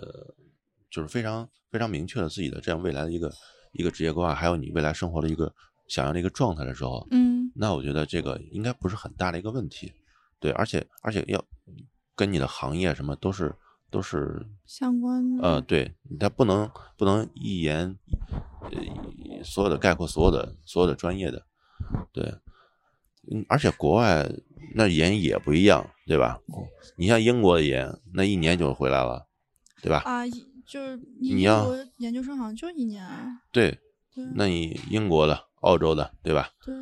Speaker 2: 就是非常非常明确的自己的这样未来的一个一个职业规划，还有你未来生活的一个想要的一个状态的时候，
Speaker 4: 嗯
Speaker 2: 那我觉得这个应该不是很大的一个问题。对，而且而且要跟你的行业什么都是都是
Speaker 4: 相关的
Speaker 2: 呃，对，它不能不能一言呃所有的概括所有的所有的专业的，对，嗯，而且国外那研也不一样，对吧？你像英国的研，那一年就回来了，对吧？
Speaker 4: 啊，一就是
Speaker 2: 你
Speaker 4: 英
Speaker 2: 要
Speaker 4: 国研究生好像就一年，啊
Speaker 2: 对，
Speaker 4: 对
Speaker 2: 那你英国的、澳洲的，对吧？
Speaker 4: 对。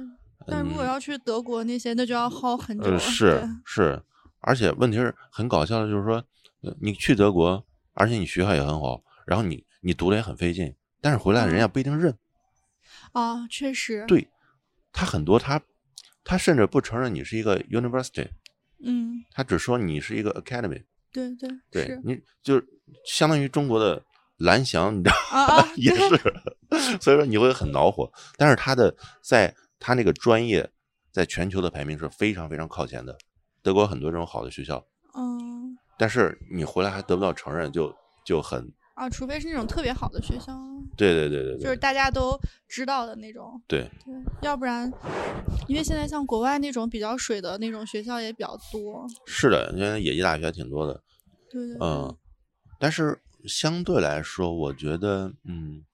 Speaker 4: 但如果
Speaker 2: 嗯
Speaker 4: 要去德国那些，那就要耗很久
Speaker 2: 呃，
Speaker 4: 了。
Speaker 2: 是
Speaker 4: 对
Speaker 2: 是，而且问题是很搞笑的，就是说，呃你去德国，而且你学校也很好，然后你你读的也很费劲，但是回来
Speaker 4: 嗯
Speaker 2: 人家不一定认。
Speaker 4: 啊，确实，
Speaker 2: 对他很多他他甚至不承认你是一个 university，
Speaker 4: 嗯，
Speaker 2: 他只说你是一个 academy，
Speaker 4: 对对
Speaker 2: 对
Speaker 4: 是
Speaker 2: 你就是相当于中国的蓝翔，你知道 吗，
Speaker 4: 啊啊
Speaker 2: 也是，所以说你会很恼火。但是他的在他那个专业在全球的排名是非常非常靠前的，德国很多这种好的学校，
Speaker 4: 嗯
Speaker 2: 但是你回来还得不到承认，就就很
Speaker 4: 啊，除非是那种特别好的学校，
Speaker 2: 对对对对
Speaker 4: 就是
Speaker 2: 对
Speaker 4: 大家都知道的那种，
Speaker 2: 对，
Speaker 4: 对，要不然，因为现在像国外那种比较水的那种学校也比较多，
Speaker 2: 是的，现在野鸡大学挺多的，
Speaker 4: 对对对，
Speaker 2: 嗯，但是相对来说，我觉得，嗯，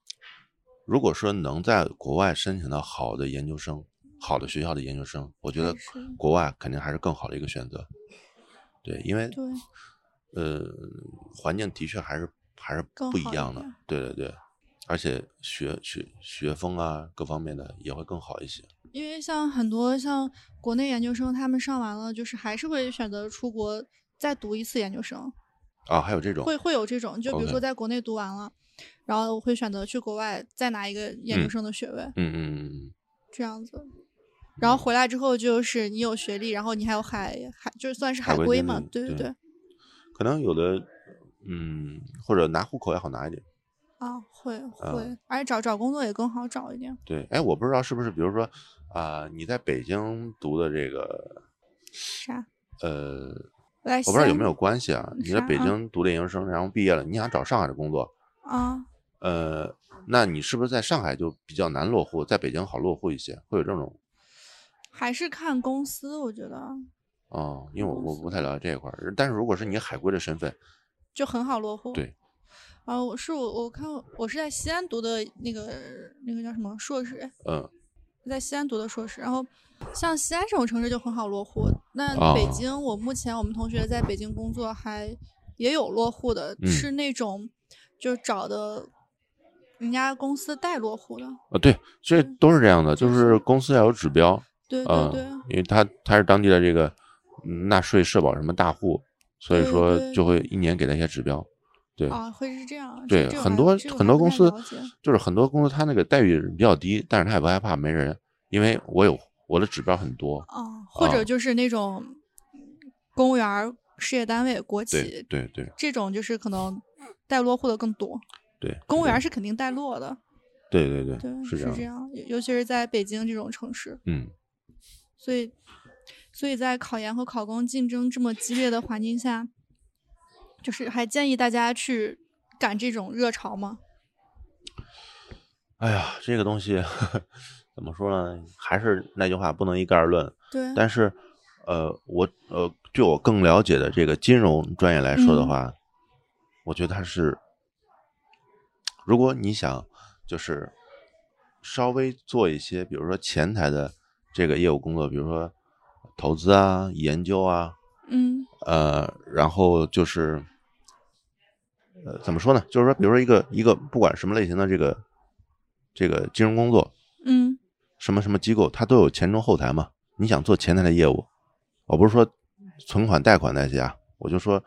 Speaker 2: 如果说能在国外申请到好的研究生、好的学校的研究生，我觉得
Speaker 4: 还是
Speaker 2: 国外肯定还是更好的一个选择。对，因为
Speaker 4: 对
Speaker 2: 呃，环境的确还是还是
Speaker 4: 更
Speaker 2: 不一
Speaker 4: 好一
Speaker 2: 样的
Speaker 4: 点。
Speaker 2: 对对对，而且学学学风啊，各方面的也会更好一些。
Speaker 4: 因为像很多像国内研究生，他们上完了就是还是会选择出国再读一次研究生，
Speaker 2: 啊，还有这种
Speaker 4: 会会有这种，就比如
Speaker 2: OK
Speaker 4: 说在国内读完了。然后我会选择去国外再拿一个研究
Speaker 2: 嗯
Speaker 4: 生的学位，
Speaker 2: 嗯嗯嗯嗯，
Speaker 4: 这样子。然后回来之后就是你有学历，然后你还有海海，就算是
Speaker 2: 海
Speaker 4: 海
Speaker 2: 归
Speaker 4: 归
Speaker 2: 经
Speaker 4: 嘛，
Speaker 2: 历
Speaker 4: 对
Speaker 2: 对
Speaker 4: 对
Speaker 2: 可能有的，嗯，或者拿户口也好拿一点。
Speaker 4: 啊，会
Speaker 2: 啊
Speaker 4: 会，而且找找工作也更好找一点。
Speaker 2: 对，哎，我不知道是不是，比如说啊、你在北京读的这个，
Speaker 4: 啥？
Speaker 2: 呃，
Speaker 4: 啊我在
Speaker 2: 我不知道有没有关系啊？你在
Speaker 4: 啥
Speaker 2: 北
Speaker 4: 啊
Speaker 2: 京读的研究生，然后毕业了，你想找上海的工作，
Speaker 4: 啊？
Speaker 2: 呃，那你是不是在上海就比较难落户，在北京好落户一些？会有这种
Speaker 4: 还是看公司，我觉得
Speaker 2: 哦，因为我我不太了解这一块儿。但是如果是你海归的身份，
Speaker 4: 就很好落户。
Speaker 2: 对，
Speaker 4: 啊，我是我我看我是在西安读的那个那个叫什么硕士，哎
Speaker 2: 嗯，
Speaker 4: 在西安读的硕士，然后像西安这种城市就很好落户。那
Speaker 2: 哦
Speaker 4: 北京，我目前我们同学在北京工作还也有落户的，
Speaker 2: 嗯
Speaker 4: 是那种就找的人家公司代落户的。
Speaker 2: 呃，对，这
Speaker 4: 嗯
Speaker 2: 都是这样的，就
Speaker 4: 就是是
Speaker 2: 公司要有指标，
Speaker 4: 对
Speaker 2: 啊
Speaker 4: 对，对，
Speaker 2: 因为他他是当地的这个嗯纳税社保什么大户，所以
Speaker 4: 对
Speaker 2: 说
Speaker 4: 对
Speaker 2: 就会一年给他一些指标。对
Speaker 4: 啊，会是这样。
Speaker 2: 对，
Speaker 4: 这个
Speaker 2: 很
Speaker 4: 还
Speaker 2: 多
Speaker 4: 这个还
Speaker 2: 很多
Speaker 4: 不
Speaker 2: 公
Speaker 4: 太
Speaker 2: 司
Speaker 4: 了解
Speaker 2: 就是很多公司他那个待遇比较低，但是他也不害怕没人，因为我有我的指标很多。
Speaker 4: 啊，或
Speaker 2: 啊
Speaker 4: 者就是那种公务员儿、事业单位、国
Speaker 2: 对
Speaker 4: 企
Speaker 2: 对对
Speaker 4: 这种，就是可能带落户的更多。
Speaker 2: 对，
Speaker 4: 公务员
Speaker 2: 是
Speaker 4: 儿是肯定带落的，
Speaker 2: 这样对对
Speaker 4: 对
Speaker 2: 对，，
Speaker 4: 是
Speaker 2: 这样的。
Speaker 4: 样，尤尤其是在北京这种城市，
Speaker 2: 嗯，
Speaker 4: 所以，所以在考研和考公竞争这么激烈的环境下，就是还建议大家去赶这种热潮吗？
Speaker 2: 哎呀，这个东西 怎么说呢？还是那句话，不能一概而论。
Speaker 4: 对，
Speaker 2: 但是，呃，我呃，据我更了解的这个金融专业来说的
Speaker 4: 嗯
Speaker 2: 话，我觉得它是，如果你想就是稍微做一些，比如说前台的这个业务工作，比如说投资啊、研究啊，
Speaker 4: 嗯
Speaker 2: 呃，然后就是，呃，怎么说呢？就是说，比如说一个一个不管什么类型的这个这个金融工作，
Speaker 4: 嗯
Speaker 2: 什么什么机构，它都有前中后台嘛。你想做前台的业务，我不是说存款、贷款那些啊，我就说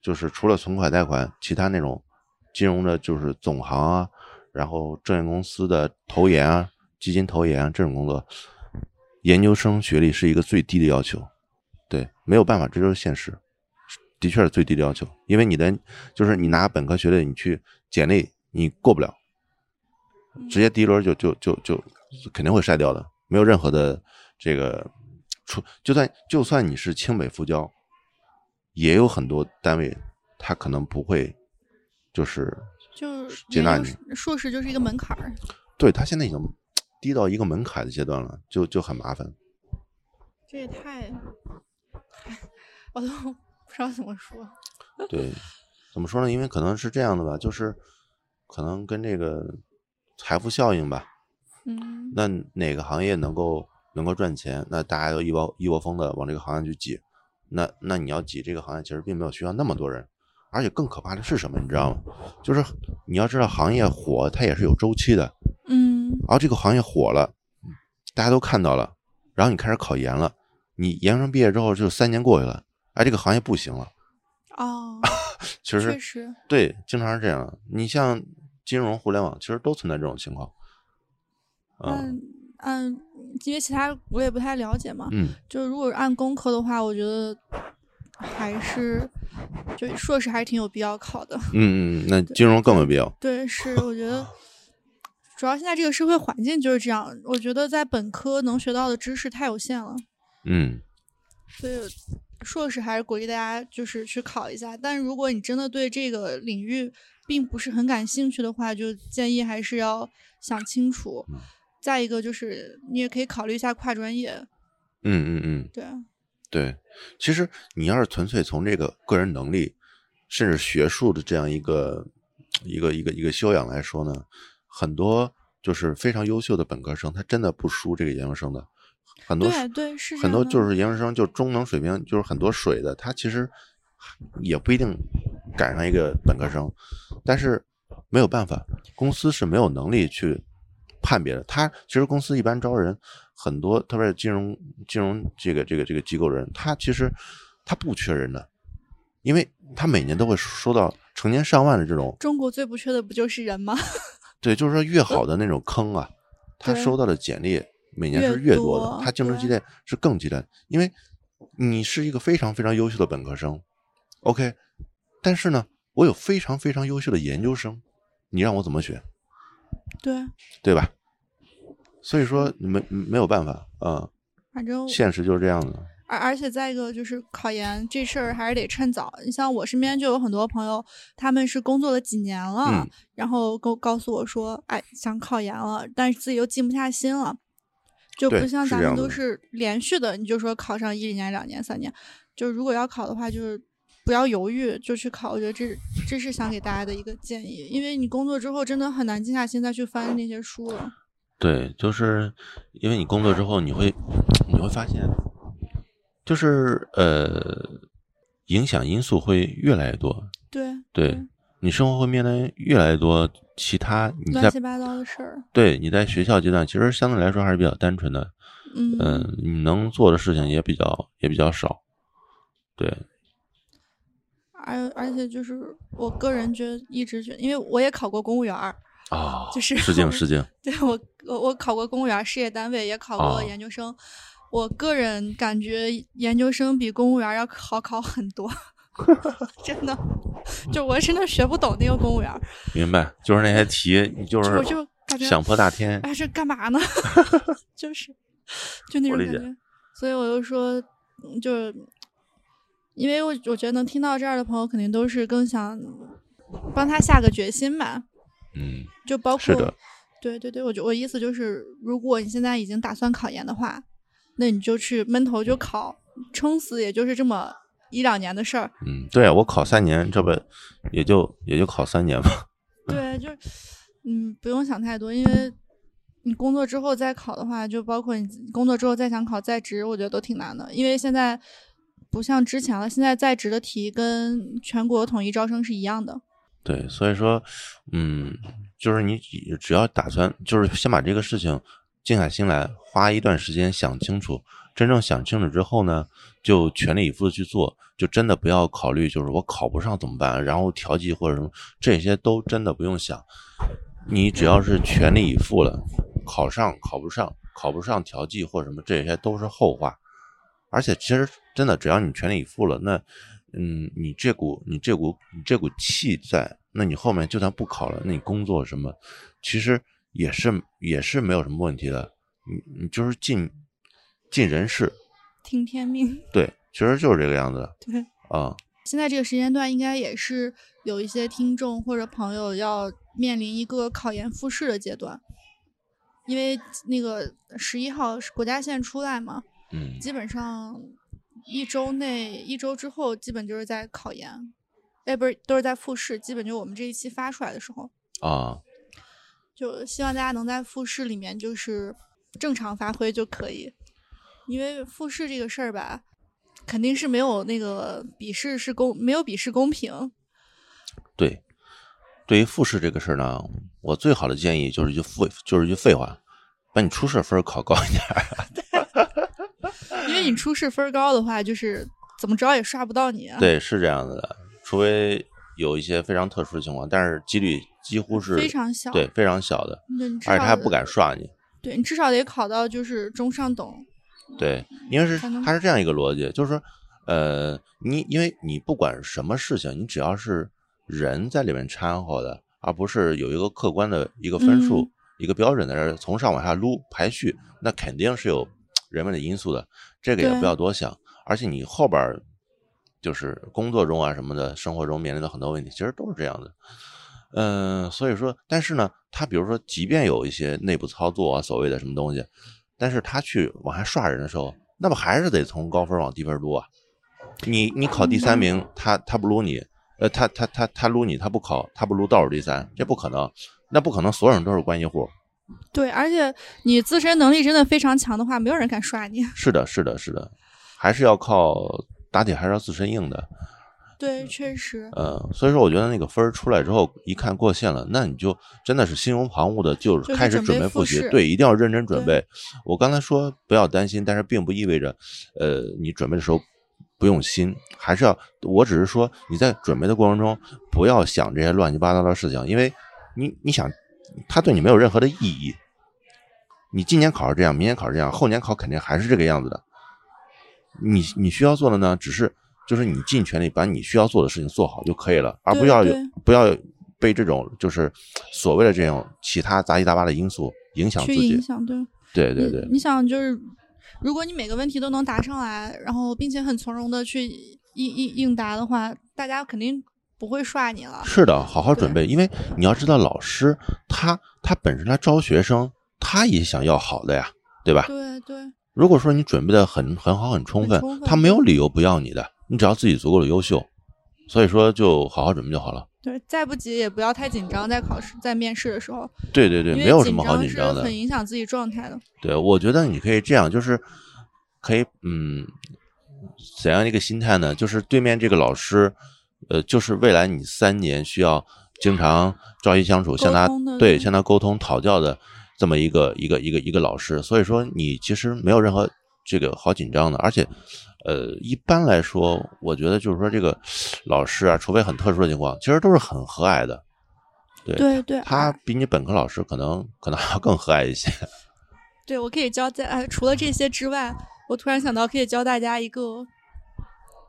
Speaker 2: 就是除了存款、贷款，其他那种金融的，就是总行啊，然后证券公司的投研啊、基金投研啊这种工作，研究生学历是一个最低的要求。对，没有办法，这就是现实，的确是最低的要求，因为你的就是你拿本科学历，你去简历你过不了，直接第一轮就就就就肯定会筛掉的，没有任何的这个出，就算就算你是清北复交，也有很多单位他可能不会，就是
Speaker 4: 就是
Speaker 2: 接纳
Speaker 4: 研究生硕士就是一个门槛儿。
Speaker 2: 对他现在已经低到一个门槛的阶段了，就就很麻烦。
Speaker 4: 这也太，哎我都 不知道怎么说。
Speaker 2: 对，怎么说呢？因为可能是这样的吧，就是可能跟这个财富效应吧，
Speaker 4: 嗯，
Speaker 2: 那哪个行业能够能够赚钱，那大家都一窝一窝蜂的往这个行业去挤。那那你要挤这个行业，其实并没有需要那么多人。而且更可怕的是什么，你知道吗？就是你要知道，行业火它也是有周期的。
Speaker 4: 嗯，
Speaker 2: 然后这个行业火了，大家都看到了，然后你开始考研了，你研究生毕业之后就三年过去了，哎，这个行业不行了。
Speaker 4: 哦，
Speaker 2: 其实
Speaker 4: 确实，
Speaker 2: 对，经常是这样。你像金融、互联网，其实都存在这种情况。嗯
Speaker 4: 嗯嗯，因为其他我也不太了解嘛。
Speaker 2: 嗯，
Speaker 4: 就如果按工科的话，我觉得还是就硕士还是挺有必要考的。
Speaker 2: 嗯嗯，那金融更没必要。
Speaker 4: 对，是我觉得主要现在这个社会环境就是这样，我觉得在本科能学到的知识太有限了，
Speaker 2: 嗯
Speaker 4: 所以硕士还是鼓励大家就是去考一下。但是如果你真的对这个领域并不是很感兴趣的话，就建议还是要想清楚。
Speaker 2: 嗯
Speaker 4: 再一个就是你也可以考虑一下跨专业，
Speaker 2: 嗯嗯嗯，
Speaker 4: 对，啊
Speaker 2: 对。其实你要是纯粹从这个个人能力，甚至学术的这样一个一个一个一个修养来说呢，很多就是非常优秀的本科生，他真的不输这个研究生的。很多
Speaker 4: 对啊对是这
Speaker 2: 很
Speaker 4: 样
Speaker 2: 多
Speaker 4: 的
Speaker 2: 就是研究生，就中等水平，就是很多水的，他其实也不一定赶上一个本科生，但是没有办法，公司是没有能力去判别的。他其实公司一般招人很多，特别是金融金融这个这个这个机构的人，他其实他不缺人的，因为他每年都会收到成千上万的这种，
Speaker 4: 中国最不缺的不就是人吗？
Speaker 2: 对，就是说越好的那种坑啊，他
Speaker 4: 对
Speaker 2: 收到的简历每年是
Speaker 4: 越
Speaker 2: 越多的，
Speaker 4: 多
Speaker 2: 他竞争激烈是更激烈的，因为你是一个非常非常优秀的本科生，OK，但是呢，我有非常非常优秀的研究生，你让我怎么选，
Speaker 4: 对，
Speaker 2: 对吧？所以说没没有办法啊、
Speaker 4: 反正
Speaker 2: 现实就是这样的。
Speaker 4: 而而且再一个就是考研这事儿还是得趁早。你像我身边就有很多朋友，他们是工作了几年了，
Speaker 2: 嗯
Speaker 4: 然后告告诉我说，哎，想考研了，但是自己又静不下心了，就
Speaker 2: 对
Speaker 4: 不像
Speaker 2: 是
Speaker 4: 咱们
Speaker 2: 这样
Speaker 4: 都
Speaker 2: 的
Speaker 4: 是连续的，你就说考上一年、两年、三年，就是如果要考的话，就是不要犹豫，就去考。我觉得这这是想给大家的一个建议，因为你工作之后真的很难静下心再去翻那些书了。
Speaker 2: 对，就是因为你工作之后，你会你会发现，就是呃，影响因素会越来越多。
Speaker 4: 对，
Speaker 2: 对
Speaker 4: 对
Speaker 2: 你生活会面临越来越多其他你
Speaker 4: 乱
Speaker 2: 在
Speaker 4: 七八糟的事儿，
Speaker 2: 对你在学校阶段，其实相对来说还是比较单纯的，
Speaker 4: 嗯，
Speaker 2: 嗯，你能做的事情也比较也比较少。对，
Speaker 4: 而而且就是我个人觉得一直觉得，因为我也考过公务员儿，
Speaker 2: 啊，
Speaker 4: 哦就是
Speaker 2: 失敬失敬，
Speaker 4: 对我我我考过公务员儿事业单位，也考过
Speaker 2: 哦
Speaker 4: 研究生。我个人感觉研究生比公务员儿要好考很多， 真的，就我真的学不懂那个公务员儿，
Speaker 2: 明白？就是那些题，你就
Speaker 4: 我
Speaker 2: 是
Speaker 4: 就感觉
Speaker 2: 想破大天。
Speaker 4: 哎，这干嘛呢？ 就是，就那
Speaker 2: 我
Speaker 4: 种
Speaker 2: 理
Speaker 4: 感
Speaker 2: 解
Speaker 4: 觉。所以我就说，嗯就是因为我我觉得能听到这儿的朋友，肯定都是更想帮他下个决心吧。
Speaker 2: 嗯，
Speaker 4: 就包括
Speaker 2: 是的，
Speaker 4: 对对对，我就我意思就是，如果你现在已经打算考研的话，那你就去闷头就考，撑死也就是这么一两年的事儿。
Speaker 2: 嗯，对我考三年，这不也就也就考三年吧。
Speaker 4: 对，就是嗯，不用想太多，因为你工作之后再考的话，就包括你工作之后再想考在职，我觉得都挺难的，因为现在不像之前了，现在在职的题跟全国统一招生是一样的。
Speaker 2: 对，所以说，嗯，就是你只只要打算，就是先把这个事情静下心来，花一段时间想清楚，真正想清楚之后呢，就全力以赴的去做，就真的不要考虑就是我考不上怎么办，然后调剂或者什么，这些都真的不用想，你只要是全力以赴了，考上考不上，考不上调剂或者什么，这些都是后话。而且其实真的，只要你全力以赴了，那嗯，你这股你这股你这股气在，那你后面就算不考了，那你工作什么，其实也是也是没有什么问题的。你你就是尽尽人事，
Speaker 4: 听天命，
Speaker 2: 对，其实就是这个样子的
Speaker 4: 对。
Speaker 2: 啊、
Speaker 4: 现在这个时间段应该也是有一些听众或者朋友要面临一个考研复试的阶段，因为那个十一号是国家线出来嘛，
Speaker 2: 嗯，
Speaker 4: 基本上一周内、一周之后，基本就是在考研，哎，不是，都是在复试。基本就我们这一期发出来的时候，
Speaker 2: 啊，
Speaker 4: 就希望大家能在复试里面就是正常发挥就可以，因为复试这个事儿吧，肯定是没有那个笔试是公没有笔试公平。
Speaker 2: 对。对于复试这个事儿呢，我最好的建议就是一句废，就是一句废话，把你初试分儿考高 一点儿。
Speaker 4: 因
Speaker 2: 嗯
Speaker 4: 为你初试分儿高的话，就是怎么着也刷不到你、啊，
Speaker 2: 对，是这样子的，除非有一些非常特殊的情况，但是几率几乎是
Speaker 4: 非常小。
Speaker 2: 对，非常小的，
Speaker 4: 那你至
Speaker 2: 而且他还
Speaker 4: 少
Speaker 2: 不敢刷你。
Speaker 4: 对你至少得考到就是中上等，
Speaker 2: 对，因为是
Speaker 4: 才能
Speaker 2: 它是这样一个逻辑，就是说，呃，你因为你不管什么事情，你只要是人在里面掺和的，而不是有一个客观的一个分数、
Speaker 4: 嗯
Speaker 2: 一个标准在这儿从上往下撸排序，那肯定是有人为的因素的，这个也
Speaker 4: 对
Speaker 2: 不要多想。而且你后边儿就是工作中啊什么的，生活中面临的很多问题，其实都是这样的。嗯、所以说，但是呢，他比如说，即便有一些内部操作啊，所谓的什么东西，但是他去往下刷人的时候，那不还是得从高分往低分撸啊？你你考第三名，他他不撸你，呃，他他他他撸你，他不考，他不撸倒数第三，这不可能，那不可能，所有人都是关系户。
Speaker 4: 对，而且你自身能力真的非常强的话，没有人敢刷你。
Speaker 2: 是的，是的，是的，还是要靠打铁，还是要自身硬的。
Speaker 4: 对，确实，
Speaker 2: 呃，所以说我觉得那个分儿出来之后，一看过线了，那你就真的是心无旁骛的，就
Speaker 4: 就是是
Speaker 2: 开始
Speaker 4: 准
Speaker 2: 准
Speaker 4: 备
Speaker 2: 备
Speaker 4: 复
Speaker 2: 复习。
Speaker 4: 试
Speaker 2: 对，一定要认真准
Speaker 4: 对
Speaker 2: 备。我刚才说不要担心，但是并不意味着，呃，你准备的时候不用心，还是要。我只是说你在准备的过程中，不要想这些乱七八糟的事情，因为你你想，它对你没有任何的意义。你今年考是这样，明年考是这样，后年考肯定还是这个样子的。你你需要做的呢，只是就是你尽全力把你需要做的事情做好就可以了，而不
Speaker 4: 对
Speaker 2: 要有
Speaker 4: 对
Speaker 2: 不要被这种就是所谓的这种其他杂七杂八的因素影响
Speaker 4: 去
Speaker 2: 自
Speaker 4: 影嗯
Speaker 2: 己。
Speaker 4: 响对
Speaker 2: 对对对
Speaker 4: 你，你想就是如果你每个问题都能答上来，然后并且很从容的去应应应答的话，大家肯定不会刷你了。
Speaker 2: 是的，好好准备，因为你要知道，老师他他本身他招学生，他也想要好的呀，对吧？
Speaker 4: 对对，
Speaker 2: 如果说你准备的很很好、很充分，
Speaker 4: 很充分
Speaker 2: 他没有理由不要你的，你只要自己足够的优秀，所以说就好好准备就好了。
Speaker 4: 对，再不急也不要太紧张，在考试、在面试的时候，
Speaker 2: 对对对，
Speaker 4: 因为
Speaker 2: 没有什么好紧
Speaker 4: 是
Speaker 2: 张的
Speaker 4: 很。影响自己状态的。
Speaker 2: 对，我觉得你可以这样，就是可以，嗯，怎样一个心态呢？就是对面这个老师，呃，就是未来你三年需要经常朝夕相处，向他
Speaker 4: 沟通的嗯
Speaker 2: 对
Speaker 4: 对
Speaker 2: 向他沟通讨教的这么一个一个一个一个老师，所以说你其实没有任何这个好紧张的，而且。呃，一般来说，我觉得就是说，这个老师啊，除非很特殊的情况，其实都是很和蔼的。对
Speaker 4: 对对，
Speaker 2: 他
Speaker 4: 啊
Speaker 2: 比你本科老师可能可能还要更和蔼一些。
Speaker 4: 对我可以教在、呃，除了这些之外，我突然想到可以教大家一个，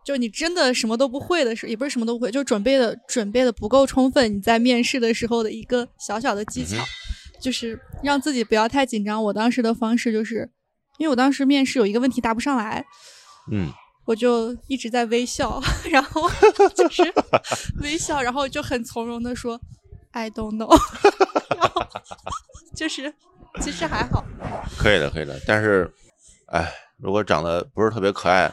Speaker 4: 就是你真的什么都不会的时候，也不是什么都不会，就准备的准备的不够充分，你在面试的时候的一个小小的技巧，
Speaker 2: 嗯
Speaker 4: 就是让自己不要太紧张。我当时的方式就是，因为我当时面试有一个问题答不上来，
Speaker 2: 嗯，
Speaker 4: 我就一直在微笑， 然 后就是微笑，然后就很从容的说 “I don't know”，然 后就是其实还好，
Speaker 2: 可以的，可以的。但是，哎，如果长得不是特别可爱，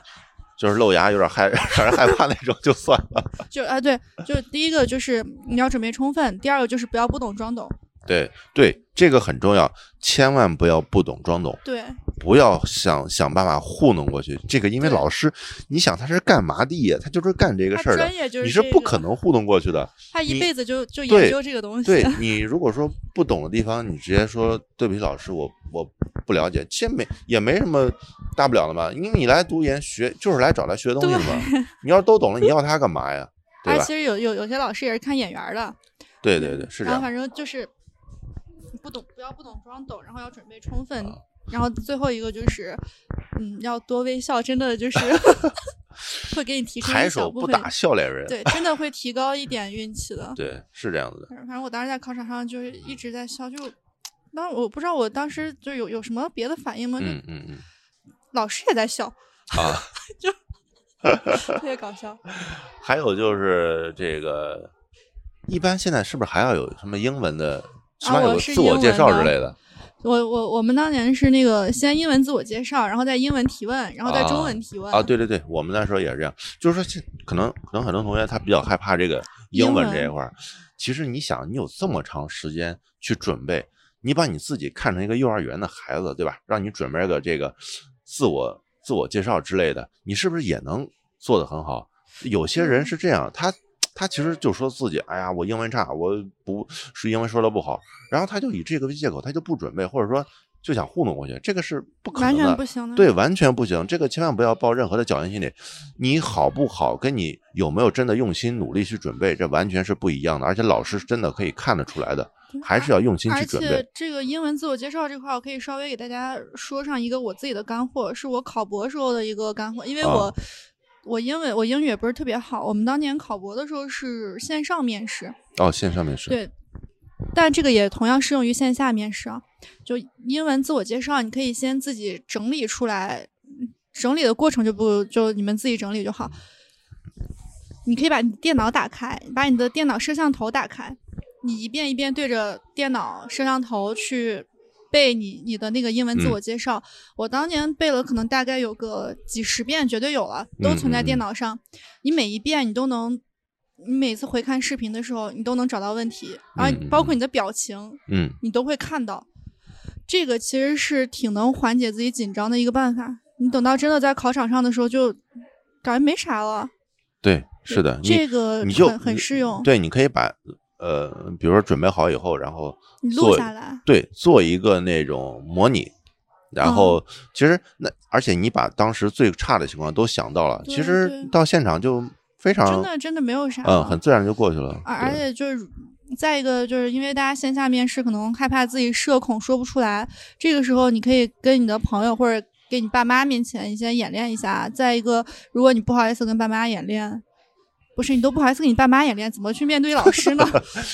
Speaker 2: 就是露牙有点害 让人害怕那种，就算了。
Speaker 4: 就啊对，就是第一个就是你要准备充分，第二个就是不要不懂装懂，
Speaker 2: 对对，这个很重要，千万不要不懂装懂，
Speaker 4: 对
Speaker 2: 不要想想办法糊弄过去。这个因为
Speaker 4: 对
Speaker 2: 老师，你想他是干嘛的呀？他就是干这个
Speaker 4: 他
Speaker 2: 事儿的
Speaker 4: 专业，就是
Speaker 2: 你是
Speaker 4: 这
Speaker 2: 不
Speaker 4: 个
Speaker 2: 可能糊弄过去的。
Speaker 4: 他一
Speaker 2: 你
Speaker 4: 辈子就就
Speaker 2: 对
Speaker 4: 研究这个东 西，
Speaker 2: 对你如果说不懂的地方，你直接说对不起老师，我我不了解，其实没也没什么大不了的嘛，因为你来读研学就是来找来学东西的嘛。你要是都懂了，你要它干 嘛呀？对
Speaker 4: 哎，
Speaker 2: 吧
Speaker 4: 其？实有有有些老师也是看眼缘儿的，
Speaker 2: 对对对，是这
Speaker 4: 然后
Speaker 2: 样。
Speaker 4: 反正就是不懂不要不懂装懂，然后要准备充分。
Speaker 2: 啊
Speaker 4: 然后最后一个就是，嗯，要多微笑，真的 就是会给你提升一
Speaker 2: 抬
Speaker 4: 小
Speaker 2: 手
Speaker 4: 部
Speaker 2: 不
Speaker 4: 分，
Speaker 2: 打笑脸人，
Speaker 4: 对，真的会提高一点运气的。
Speaker 2: 对，是这样子的。
Speaker 4: 反正我当时在考场上就是一直在笑，就当我不知道我当时就有有什么别的反应吗？就
Speaker 2: 嗯嗯嗯，
Speaker 4: 老师也在笑，
Speaker 2: 啊，
Speaker 4: 特别搞笑。
Speaker 2: 还有就是这个，一般现在是不是还要有什么英文的，起码
Speaker 4: 啊
Speaker 2: 有
Speaker 4: 我
Speaker 2: 个
Speaker 4: 是
Speaker 2: 自我
Speaker 4: 英
Speaker 2: 介
Speaker 4: 文
Speaker 2: 绍
Speaker 4: 的
Speaker 2: 之类的？
Speaker 4: 我我我们当年是那个先英文自我介绍，然后再英文提问，然后再中文提问
Speaker 2: 啊，，对对对，我们那时候也是这样，就是说现，可能可能很多同学他比较害怕这个英
Speaker 4: 英
Speaker 2: 文
Speaker 4: 文
Speaker 2: 这一块儿。其实你想，你有这么长时间去准备，你把你自己看成一个幼儿园的孩子，对吧？让你准备个这个自我自我介绍之类的，你是不是也能做得很好？有些
Speaker 4: 嗯
Speaker 2: 人是这样，他他其实就说自己，哎呀，我英文差，我不是英文说的不好，然后他就以这个为借口，他就不准备，或者说就想糊弄过去，这个是不可能
Speaker 4: 完
Speaker 2: 的。
Speaker 4: 全不行的。
Speaker 2: 对，完全不行。这个千万不要抱任何的侥幸心理，你好不好跟你有没有真的用心努力去准备，这完全是不一样的。而且老师真的可以看得出来的，还是要用心
Speaker 4: 嗯而
Speaker 2: 去准备
Speaker 4: 且。这个英文自我介绍这块儿，我可以稍微给大家说上一个我自己的干货，是我考博时候的一个干货。因为我、
Speaker 2: 啊
Speaker 4: 我英文我英语也不是特别好，我们当年考博的时候是线上面试，
Speaker 2: 哦，线上面试，
Speaker 4: 对，但这个也同样适用于线下面试啊。就英文自我介绍，你可以先自己整理出来，整理的过程就不就你们自己整理就好。你可以把你电脑打开，把你的电脑摄像头打开，你一遍一遍对着电脑摄像头去背你你的那个英文自
Speaker 2: 嗯
Speaker 4: 我介绍。我当年背了，可能大概有个几十遍，绝对有了，都存在
Speaker 2: 嗯嗯
Speaker 4: 电
Speaker 2: 嗯
Speaker 4: 脑上。你每一遍你都能，你每次回看视频的时候，你都能找到问题，然后
Speaker 2: 嗯嗯
Speaker 4: 包
Speaker 2: 嗯
Speaker 4: 括你的表情，
Speaker 2: 嗯，
Speaker 4: 你都会看到。这个其实是挺能缓解自己紧张的一个办法。你等到真的在考场上的时候，就感觉没啥了。
Speaker 2: 对，是的，
Speaker 4: 这
Speaker 2: 你
Speaker 4: 个
Speaker 2: 你就
Speaker 4: 很很
Speaker 2: 你
Speaker 4: 适用。，
Speaker 2: 对，你可以把呃，比如说准备好以后，然后
Speaker 4: 你录
Speaker 2: 做
Speaker 4: 下来。
Speaker 2: 对做一个那种模拟。然后，
Speaker 4: 嗯
Speaker 2: 其实那而且你把当时最差的情况都想到了，其
Speaker 4: 对
Speaker 2: 实
Speaker 4: 对
Speaker 2: 到现场就非
Speaker 4: 真
Speaker 2: 常
Speaker 4: 的真的没有啥了，
Speaker 2: 嗯很自然就过去了。
Speaker 4: 而而
Speaker 2: 对
Speaker 4: 且就是再一个，就是因为大家线下面试可能害怕自己社恐说不出来，这个时候你可以跟你的朋友或者给你爸妈面前你先演练一下。再一个，如果你不好意思跟爸妈演练，不是你都不好意思跟你爸妈演练，怎么去面对老师呢？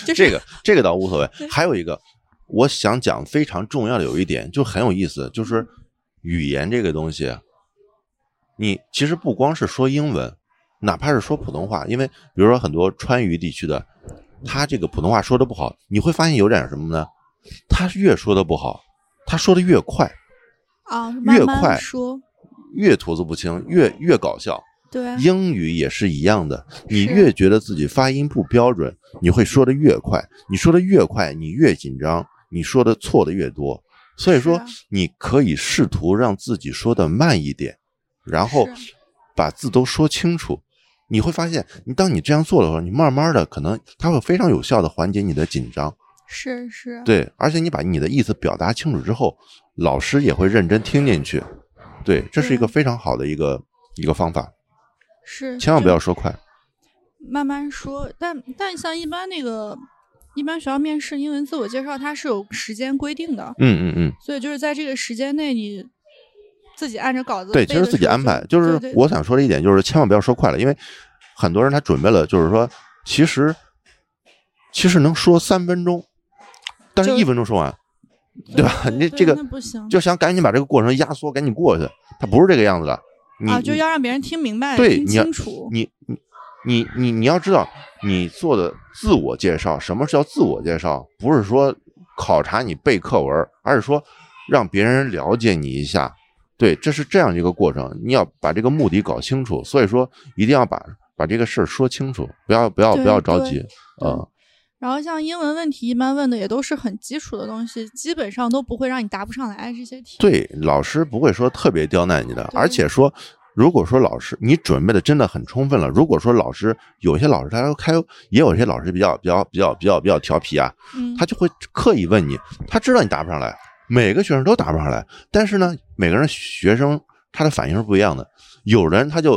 Speaker 4: 就是
Speaker 2: 这个这个倒无所谓。还有一个，我想讲非常重要的有一点，就很有意思，就是语言这个东西，你其实不光是说英文，哪怕是说普通话，因为比如说很多川渝地区的，他这个普通话说的不好，你会发现有点什么呢？他越说的不好，他说的越快，
Speaker 4: 啊，慢
Speaker 2: 越
Speaker 4: 慢
Speaker 2: 快
Speaker 4: 说，
Speaker 2: 越吐字不清，越越搞笑。
Speaker 4: 对，
Speaker 2: 英语也是一样的，你
Speaker 4: 是
Speaker 2: 越觉得自己发音不标准，你会说的越快，你说的越快，你越紧张，你说的错的越多。所以说
Speaker 4: 是啊，
Speaker 2: 你可以试图让自己说的慢一点，然后
Speaker 4: 是
Speaker 2: 把字都说清楚。你会发现，你当你这样做的时候，你慢慢的可能它会非常有效的缓解你的紧张。
Speaker 4: 是是，
Speaker 2: 对，而且你把你的意思表达清楚之后，老师也会认真听进去。对，这是一个非常好的一个一个方法，
Speaker 4: 是，
Speaker 2: 千万不
Speaker 4: 就
Speaker 2: 要说快。
Speaker 4: 慢慢说。但但像一般那个，一般学校面试英文自我介绍，它是有时间规定的，
Speaker 2: 嗯嗯嗯。
Speaker 4: 所以就是在这个时间内，你自己按照稿子
Speaker 2: 对，
Speaker 4: 背
Speaker 2: 其实
Speaker 4: 的
Speaker 2: 自己
Speaker 4: 时候
Speaker 2: 安排。就是
Speaker 4: 对对
Speaker 2: 我想说的一点，就是千万不要说快了，因为很多人他准备了，就是说其实其实能说三分钟，但是
Speaker 4: 就嗯
Speaker 2: 一分钟说完，对吧？你
Speaker 4: 对
Speaker 2: 这个
Speaker 4: 那不行，
Speaker 2: 就想赶紧把这个过程压缩，赶紧过去，他不是这个样子的。你、
Speaker 4: 啊，就要让别人听明白、
Speaker 2: 对
Speaker 4: 听
Speaker 2: 你要
Speaker 4: 清楚。
Speaker 2: 你你你你你要知道，你做的自我介绍，什么叫自我介绍？不是说考察你背课文，而是说让别人了解你一下。对，这是这样一个过程，你要把这个目的搞清楚。所以说，一定要把把这个事儿说清楚，不要不要
Speaker 4: 对
Speaker 2: 不要着
Speaker 4: 对
Speaker 2: 急
Speaker 4: 对
Speaker 2: 啊、嗯
Speaker 4: 然后像英文问题，一般问的也都是很基础的东西，基本上都不会让你答不上来这些题。
Speaker 2: 对，老师不会说特别刁难你的，
Speaker 4: 对
Speaker 2: 而且说，如果说老师你准备的真的很充分了，如果说老师有些老师他开，也有些老师比较比较比较比较比较调皮啊，
Speaker 4: 嗯，
Speaker 2: 他就会刻意问你，他知道你答不上来，每个学生都答不上来，但是呢，每个人学生他的反应是不一样的，有的人他就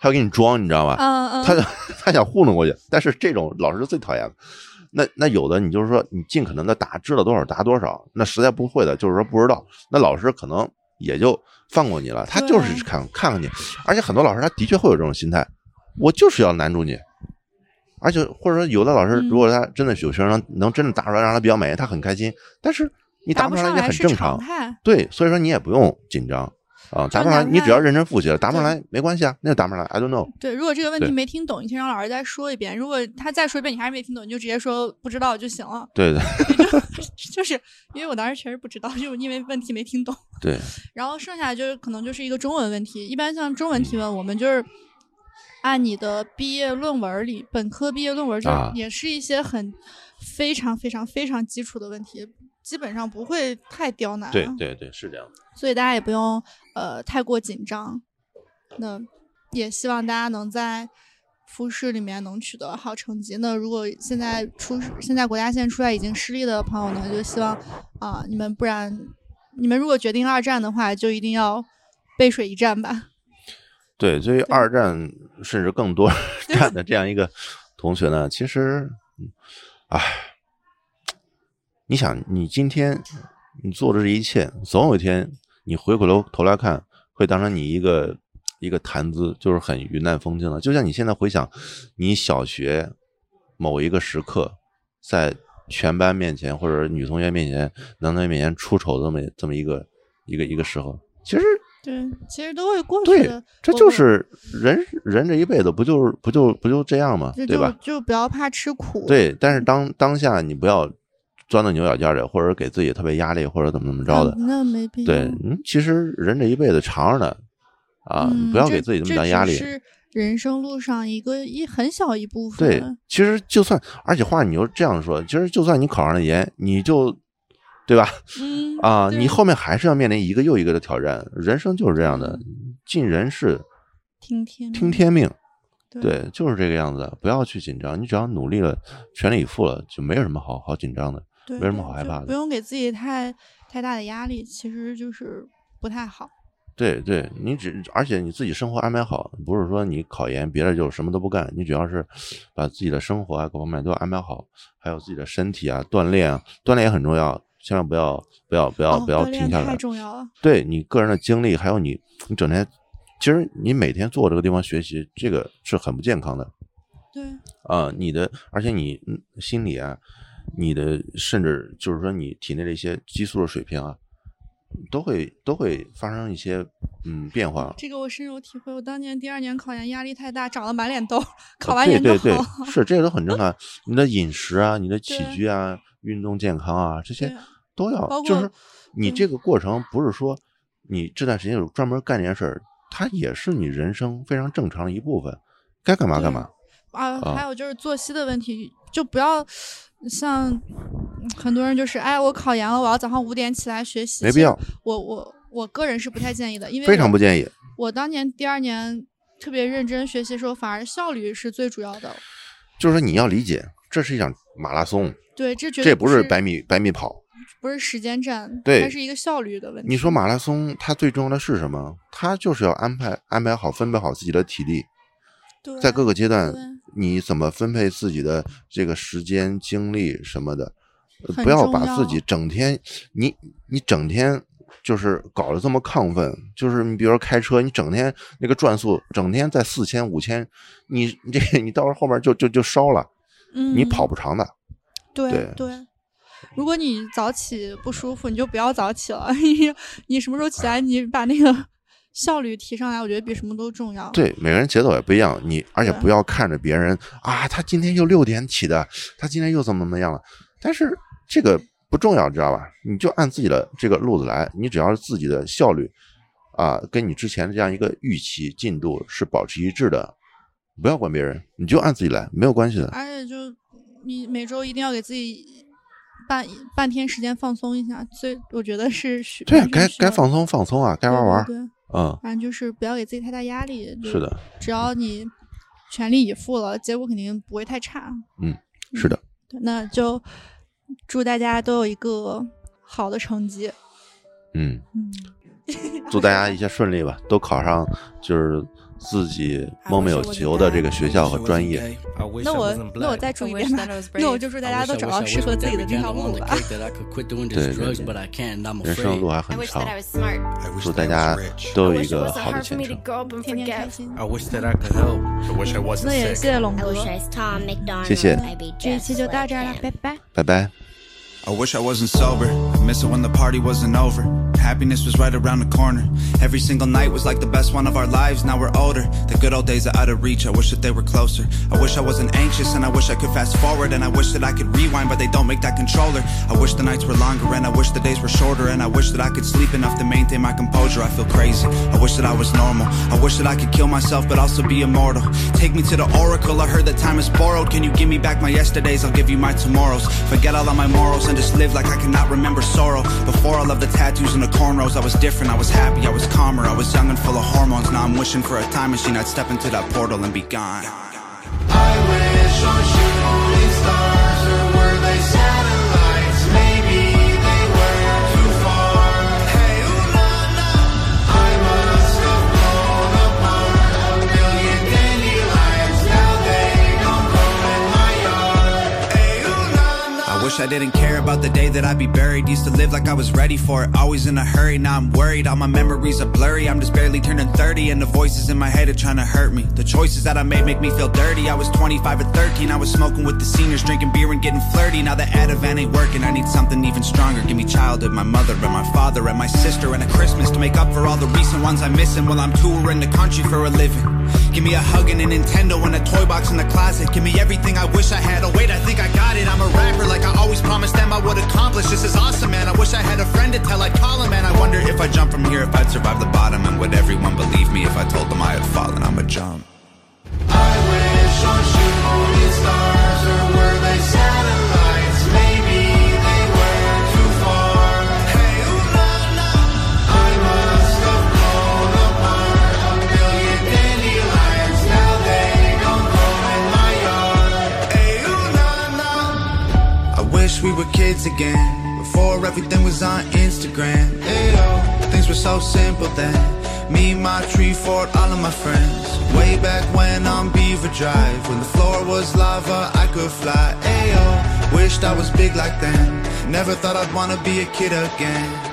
Speaker 2: 他要给你装，你知道吧？
Speaker 4: 嗯嗯，
Speaker 2: 他他想 糊弄过去，但是这种老师是最讨厌的。那那有的你就是说你尽可能的答知道多少答多少，那实在不会的就是说不知道，那老师可能也就放过你了，他就是
Speaker 4: 对
Speaker 2: 看看看你，而且很多老师他的确会有这种心态，我就是要难住你。而且或者说有的老师，
Speaker 4: 嗯
Speaker 2: 如果他真的有学生能能真的答出来，让他比较满意，他很开心。但是你答
Speaker 4: 答
Speaker 2: 不
Speaker 4: 不
Speaker 2: 上来也
Speaker 4: 来
Speaker 2: 很
Speaker 4: 是
Speaker 2: 正
Speaker 4: 常
Speaker 2: 常，
Speaker 4: 态。
Speaker 2: 对，所以说你也不用紧张啊，答不上来
Speaker 4: 就哪怕
Speaker 2: 你只要认真复习了，答不上
Speaker 4: 对
Speaker 2: 来没关系啊，那就答不上来，I don't know。
Speaker 4: 对，如果这个问
Speaker 2: 对
Speaker 4: 题没听懂，你先让老师再说一遍。如果他再说一遍你还是没听懂，你就直接说不知道就行了。
Speaker 2: 对对
Speaker 4: 就是因为我当时确实不知道，就是因为问题没听懂。
Speaker 2: 对，
Speaker 4: 然后剩下就是可能就是一个中文问题。一般像中文提问，我们就是按你的毕业论文里，本科毕业论文就
Speaker 2: 啊
Speaker 4: 也是一些很非常非常非常基础的问题，基本上不会太刁难。啊
Speaker 2: 对对对，是这样的。
Speaker 4: 所以大家也不用呃太过紧张。那也希望大家能在复试里面能取得好成绩。那如果现在出现在国家线出来已经失利的朋友呢，就希望啊、你们不然你们如果决定二战的话，就一定要背水一战吧。
Speaker 2: 对，对于二战甚至更多战的这样一个同学呢，其实，嗯唉，你想，你今天你做的这一切，总有一天你回过头头来看，会当成你一个一个谈资，就是很云淡风轻的。就像你现在回想你小学某一个时刻，在全班面前或者女同学面前、男同学面前出丑这么这么一个一个一个时候，其实
Speaker 4: 对，其实都会过去
Speaker 2: 对
Speaker 4: 的。，
Speaker 2: 这
Speaker 4: 我
Speaker 2: 就
Speaker 4: 我
Speaker 2: 是人人这一辈子不就是不就不就这样吗？
Speaker 4: 就
Speaker 2: 对
Speaker 4: 就
Speaker 2: 吧？
Speaker 4: 就不要怕吃苦。，
Speaker 2: 对，但是当当下你不要钻到牛角尖里，或者给自己特别压力，或者怎么怎么着的。
Speaker 4: 那没必要。
Speaker 2: 对，嗯，其实人这一辈子长着呢，啊，
Speaker 4: 嗯，
Speaker 2: 你不要
Speaker 4: 这
Speaker 2: 给自己这
Speaker 4: 这
Speaker 2: 么大
Speaker 4: 只
Speaker 2: 压力。
Speaker 4: 是人生路上一个一很小一部分。
Speaker 2: 对，其实就算，而且话你又这样说，其实就算你考上了研，你就，对吧？
Speaker 4: 嗯
Speaker 2: 啊，
Speaker 4: 对
Speaker 2: 你后面还是要面临一个又一个的挑战，人生就是这样的，
Speaker 4: 嗯
Speaker 2: 尽人事，
Speaker 4: 听天
Speaker 2: 听天命。
Speaker 4: 对
Speaker 2: 对，就是这个样子，不要去紧张，你只要努力了，全力以赴了，就没有什么好好紧张的。
Speaker 4: 对
Speaker 2: 没什
Speaker 4: 对
Speaker 2: 么好害
Speaker 4: 就
Speaker 2: 怕的
Speaker 4: 不用给自己太太大的压力，其实就是不太好。
Speaker 2: 对对，你只而且你自己生活安排好，不是说你考研别的就什么都不干，你只要是把自己的生活啊各方面都安排好，还有自己的身体啊锻炼啊，锻炼也很重要，千万不要不要不要、
Speaker 4: 哦
Speaker 2: 不要
Speaker 4: 锻
Speaker 2: 停
Speaker 4: 炼
Speaker 2: 下来
Speaker 4: 太。重要了。
Speaker 2: 对你个人的经历，还有你你整天，其实你每天坐这个地方学习，这个是很不健康的。
Speaker 4: 对，
Speaker 2: 啊，你的，而且你嗯心理啊，你的甚至就是说你体内的一些激素的水平啊，都会都会发生一些嗯变化。
Speaker 4: 这个我深有体会。我当年第二年考研压力太大，长了满脸痘，考完
Speaker 2: 啊对
Speaker 4: 研
Speaker 2: 对
Speaker 4: 就
Speaker 2: 对
Speaker 4: 好。，
Speaker 2: 是这些都很正 常。你的饮食啊，你的起
Speaker 4: 对
Speaker 2: 居啊，运动健康啊，这些
Speaker 4: 对
Speaker 2: 都要
Speaker 4: 包，
Speaker 2: 就
Speaker 4: 括嗯
Speaker 2: 是你这个过程不是说你这段时间有专门干这件事儿，它也是你人生非常正常的一部分，该干嘛干嘛。
Speaker 4: 啊，
Speaker 2: 啊
Speaker 4: 还有就是作息的问题，就不要像嗯很多人就是，哎，我考研了，我要早上五点起来学习，
Speaker 2: 没
Speaker 4: 其
Speaker 2: 必
Speaker 4: 实
Speaker 2: 要
Speaker 4: 我我我个人是不太建议的，因为
Speaker 2: 非常
Speaker 4: 我
Speaker 2: 不建议。
Speaker 4: 我当年第二年特别认真学习的时候，反而效率是最主要的。
Speaker 2: 就是说你要理解，这是一场马拉松，
Speaker 4: 对，这绝对
Speaker 2: 这不
Speaker 4: 是
Speaker 2: 是百米百米跑。
Speaker 4: 不是时间战，
Speaker 2: 对
Speaker 4: 它是一个效率的问题。
Speaker 2: 你说马拉松它最重要的是什么？它就是要安排安排好、分配好自己的体力，
Speaker 4: 对啊
Speaker 2: 在各个阶段
Speaker 4: 对
Speaker 2: 你怎么分配自己的这个时间、精力什么的，呃
Speaker 4: 很
Speaker 2: 不要
Speaker 4: 重
Speaker 2: 把自
Speaker 4: 要
Speaker 2: 己整天你你整天就是搞得这么亢奋，就是你比如说开车，你整天那个转速，整天在四千、五千，你你这个你到时候后面就就就烧了，
Speaker 4: 嗯，
Speaker 2: 你跑不长的。
Speaker 4: 对
Speaker 2: 对
Speaker 4: 如果你早起不舒服，你就不要早起了。 你你什么时候起来，你把那个 效率提上来，我觉得比什么都重要。
Speaker 2: 对，每个人节奏也不一样，你而且
Speaker 4: 对
Speaker 2: 不要看着别人啊，他今天又六点起的，他今天又怎么怎么样了，但是这个不重要，知道吧？你就按自己的这个路子来，你只要是自己的效率啊，跟你之前的这样一个预期进度是保持一致的，不要管别人，你就按自己来，没有关系的。
Speaker 4: 而且就你每周一定要给自己半半天时间放松一下，最我觉得是需
Speaker 2: 对啊
Speaker 4: 完，全
Speaker 2: 该
Speaker 4: 需
Speaker 2: 该
Speaker 4: 要的
Speaker 2: 放松放松啊，该
Speaker 4: 对
Speaker 2: 玩
Speaker 4: 对
Speaker 2: 玩，
Speaker 4: 对
Speaker 2: 嗯，，
Speaker 4: 反正就是不要给自己太大压力。就是
Speaker 2: 的，
Speaker 4: 只要你全力以赴了，结果肯定不会太差。嗯
Speaker 2: 是的，
Speaker 4: 对，那就祝大家都有一个好的成绩。
Speaker 2: 嗯，
Speaker 4: 嗯，
Speaker 2: 祝大家一切顺利吧，都考上就是自己
Speaker 4: 啊
Speaker 2: 梦寐以求的这个学校和专业。
Speaker 5: 那
Speaker 4: 那
Speaker 5: 我
Speaker 4: 我
Speaker 5: 那
Speaker 4: 那
Speaker 5: 我
Speaker 4: 我
Speaker 5: 再
Speaker 4: 再
Speaker 5: 注
Speaker 4: 注
Speaker 5: 意
Speaker 4: 意
Speaker 5: 点
Speaker 4: 点
Speaker 5: 吧
Speaker 4: 吧。
Speaker 5: 那
Speaker 4: 那
Speaker 5: 我
Speaker 4: 我
Speaker 5: 就
Speaker 4: 就是祝
Speaker 5: 大
Speaker 4: 大
Speaker 5: 家
Speaker 4: 家
Speaker 5: 都
Speaker 4: 都
Speaker 5: 找
Speaker 4: 找
Speaker 5: 到
Speaker 4: 到
Speaker 5: 适
Speaker 4: 适
Speaker 5: 合
Speaker 4: 合
Speaker 5: 自
Speaker 4: 自
Speaker 5: 己
Speaker 4: 己
Speaker 5: 的
Speaker 4: 的
Speaker 5: 这
Speaker 4: 这
Speaker 5: 条
Speaker 4: 条
Speaker 5: 路
Speaker 4: 路
Speaker 5: 吧
Speaker 4: 吧。。
Speaker 2: 对对对
Speaker 5: 人
Speaker 2: 人生路
Speaker 5: 生路
Speaker 2: 还
Speaker 5: 还
Speaker 2: 很
Speaker 6: I wish
Speaker 2: 长
Speaker 6: that I，was smart.
Speaker 2: 祝大家都有一
Speaker 6: wish it
Speaker 2: 个
Speaker 6: wasn't
Speaker 2: 好的
Speaker 6: hard for
Speaker 2: 前
Speaker 6: me to
Speaker 2: 程。
Speaker 6: grow up and
Speaker 4: 天天开
Speaker 6: forget.
Speaker 4: 心。
Speaker 7: 那
Speaker 4: 那也
Speaker 7: 也
Speaker 4: 谢谢龙
Speaker 6: I
Speaker 4: 哥，
Speaker 6: wish I was Tom McDonald.
Speaker 2: 谢谢
Speaker 6: I'd be
Speaker 4: 这一期
Speaker 6: just
Speaker 4: 就到
Speaker 6: like
Speaker 4: 这儿了
Speaker 6: him.，
Speaker 4: 拜拜。
Speaker 2: 拜拜。
Speaker 7: I wish I wasn't sober. I miss it when the party wasn't over. Happiness was right around the corner. Every single night was like the best one of our lives. Now we're older. The good old days are out of reach. I wish that they were closer. I wish I wasn't anxious and I wish I could fast forward and I wish that I could rewind, but they don't make that controller. I wish the nights were longer and I wish the days were shorter and I wish that I could sleep enough to maintain my composure. I feel crazy. I wish that I was normal. I wish that I could kill myself but also be immortal. Take me to the oracle. I heard that time is borrowed. Can you give me back my yesterdays? I'll give you my tomorrows. Forget all of my morals and just live like I cannot remember sorrow. Before all of the tattoos and the cornrows, I was different. I was happy. I was calmer. I was young and full of hormones. Now I'm wishing for a time machine. I'd step into that portal and be gone.
Speaker 8: I wish on shooting stars, or were they satellites? Maybe they were too far. Hey, ooh, na, na. I must have blown apart a million dandelions. Now they don't grow in my yard. Hey, ooh, na, na.
Speaker 7: I wish I didn't care about the day that I'd be buried. Used to live like I was ready for it, always in a hurry. Now I'm worried, all my memories are blurry. I'm just barely turning 30, and the voices in my head are trying to hurt me. The choices that I made make me feel dirty. I was 25 or 13, I was smoking with the seniors, drinking beer and getting flirty. Now the Ativan ain't working, I need something even stronger. Give me childhood, my mother and my father and my sister and a Christmas to make up for all the recent ones I'm missing while I'm touring the country for a living. Give me a hug and a Nintendo and a toy box in the closet. Give me everything I wish I had. Oh, wait, I think I got it. I'm a rapper, like I always promised them I would accomplish. This is awesome, man. I wish I had a friend to tell I'd call him, man. I wonder if I jump from here, if I'd survive the bottom, and would everyone believe me if I told them I had fallen? I'm a jump.
Speaker 8: I wish on shooting stars, or were they satellites? Maybe they were too far. Hey, ooh, na, na. I must have blown apart a million dandelions. Now they don't grow in my yard. Hey, ooh, na, na.
Speaker 7: I wish we were kids again, before everything was on Instagram. Ayo, things were so simple then. Me, my tree fort, all of my friends. Way back when on Beaver Drive, when the floor was lava, I could fly. Ayo, wished I was big like them. Never thought I'd wanna be a kid again.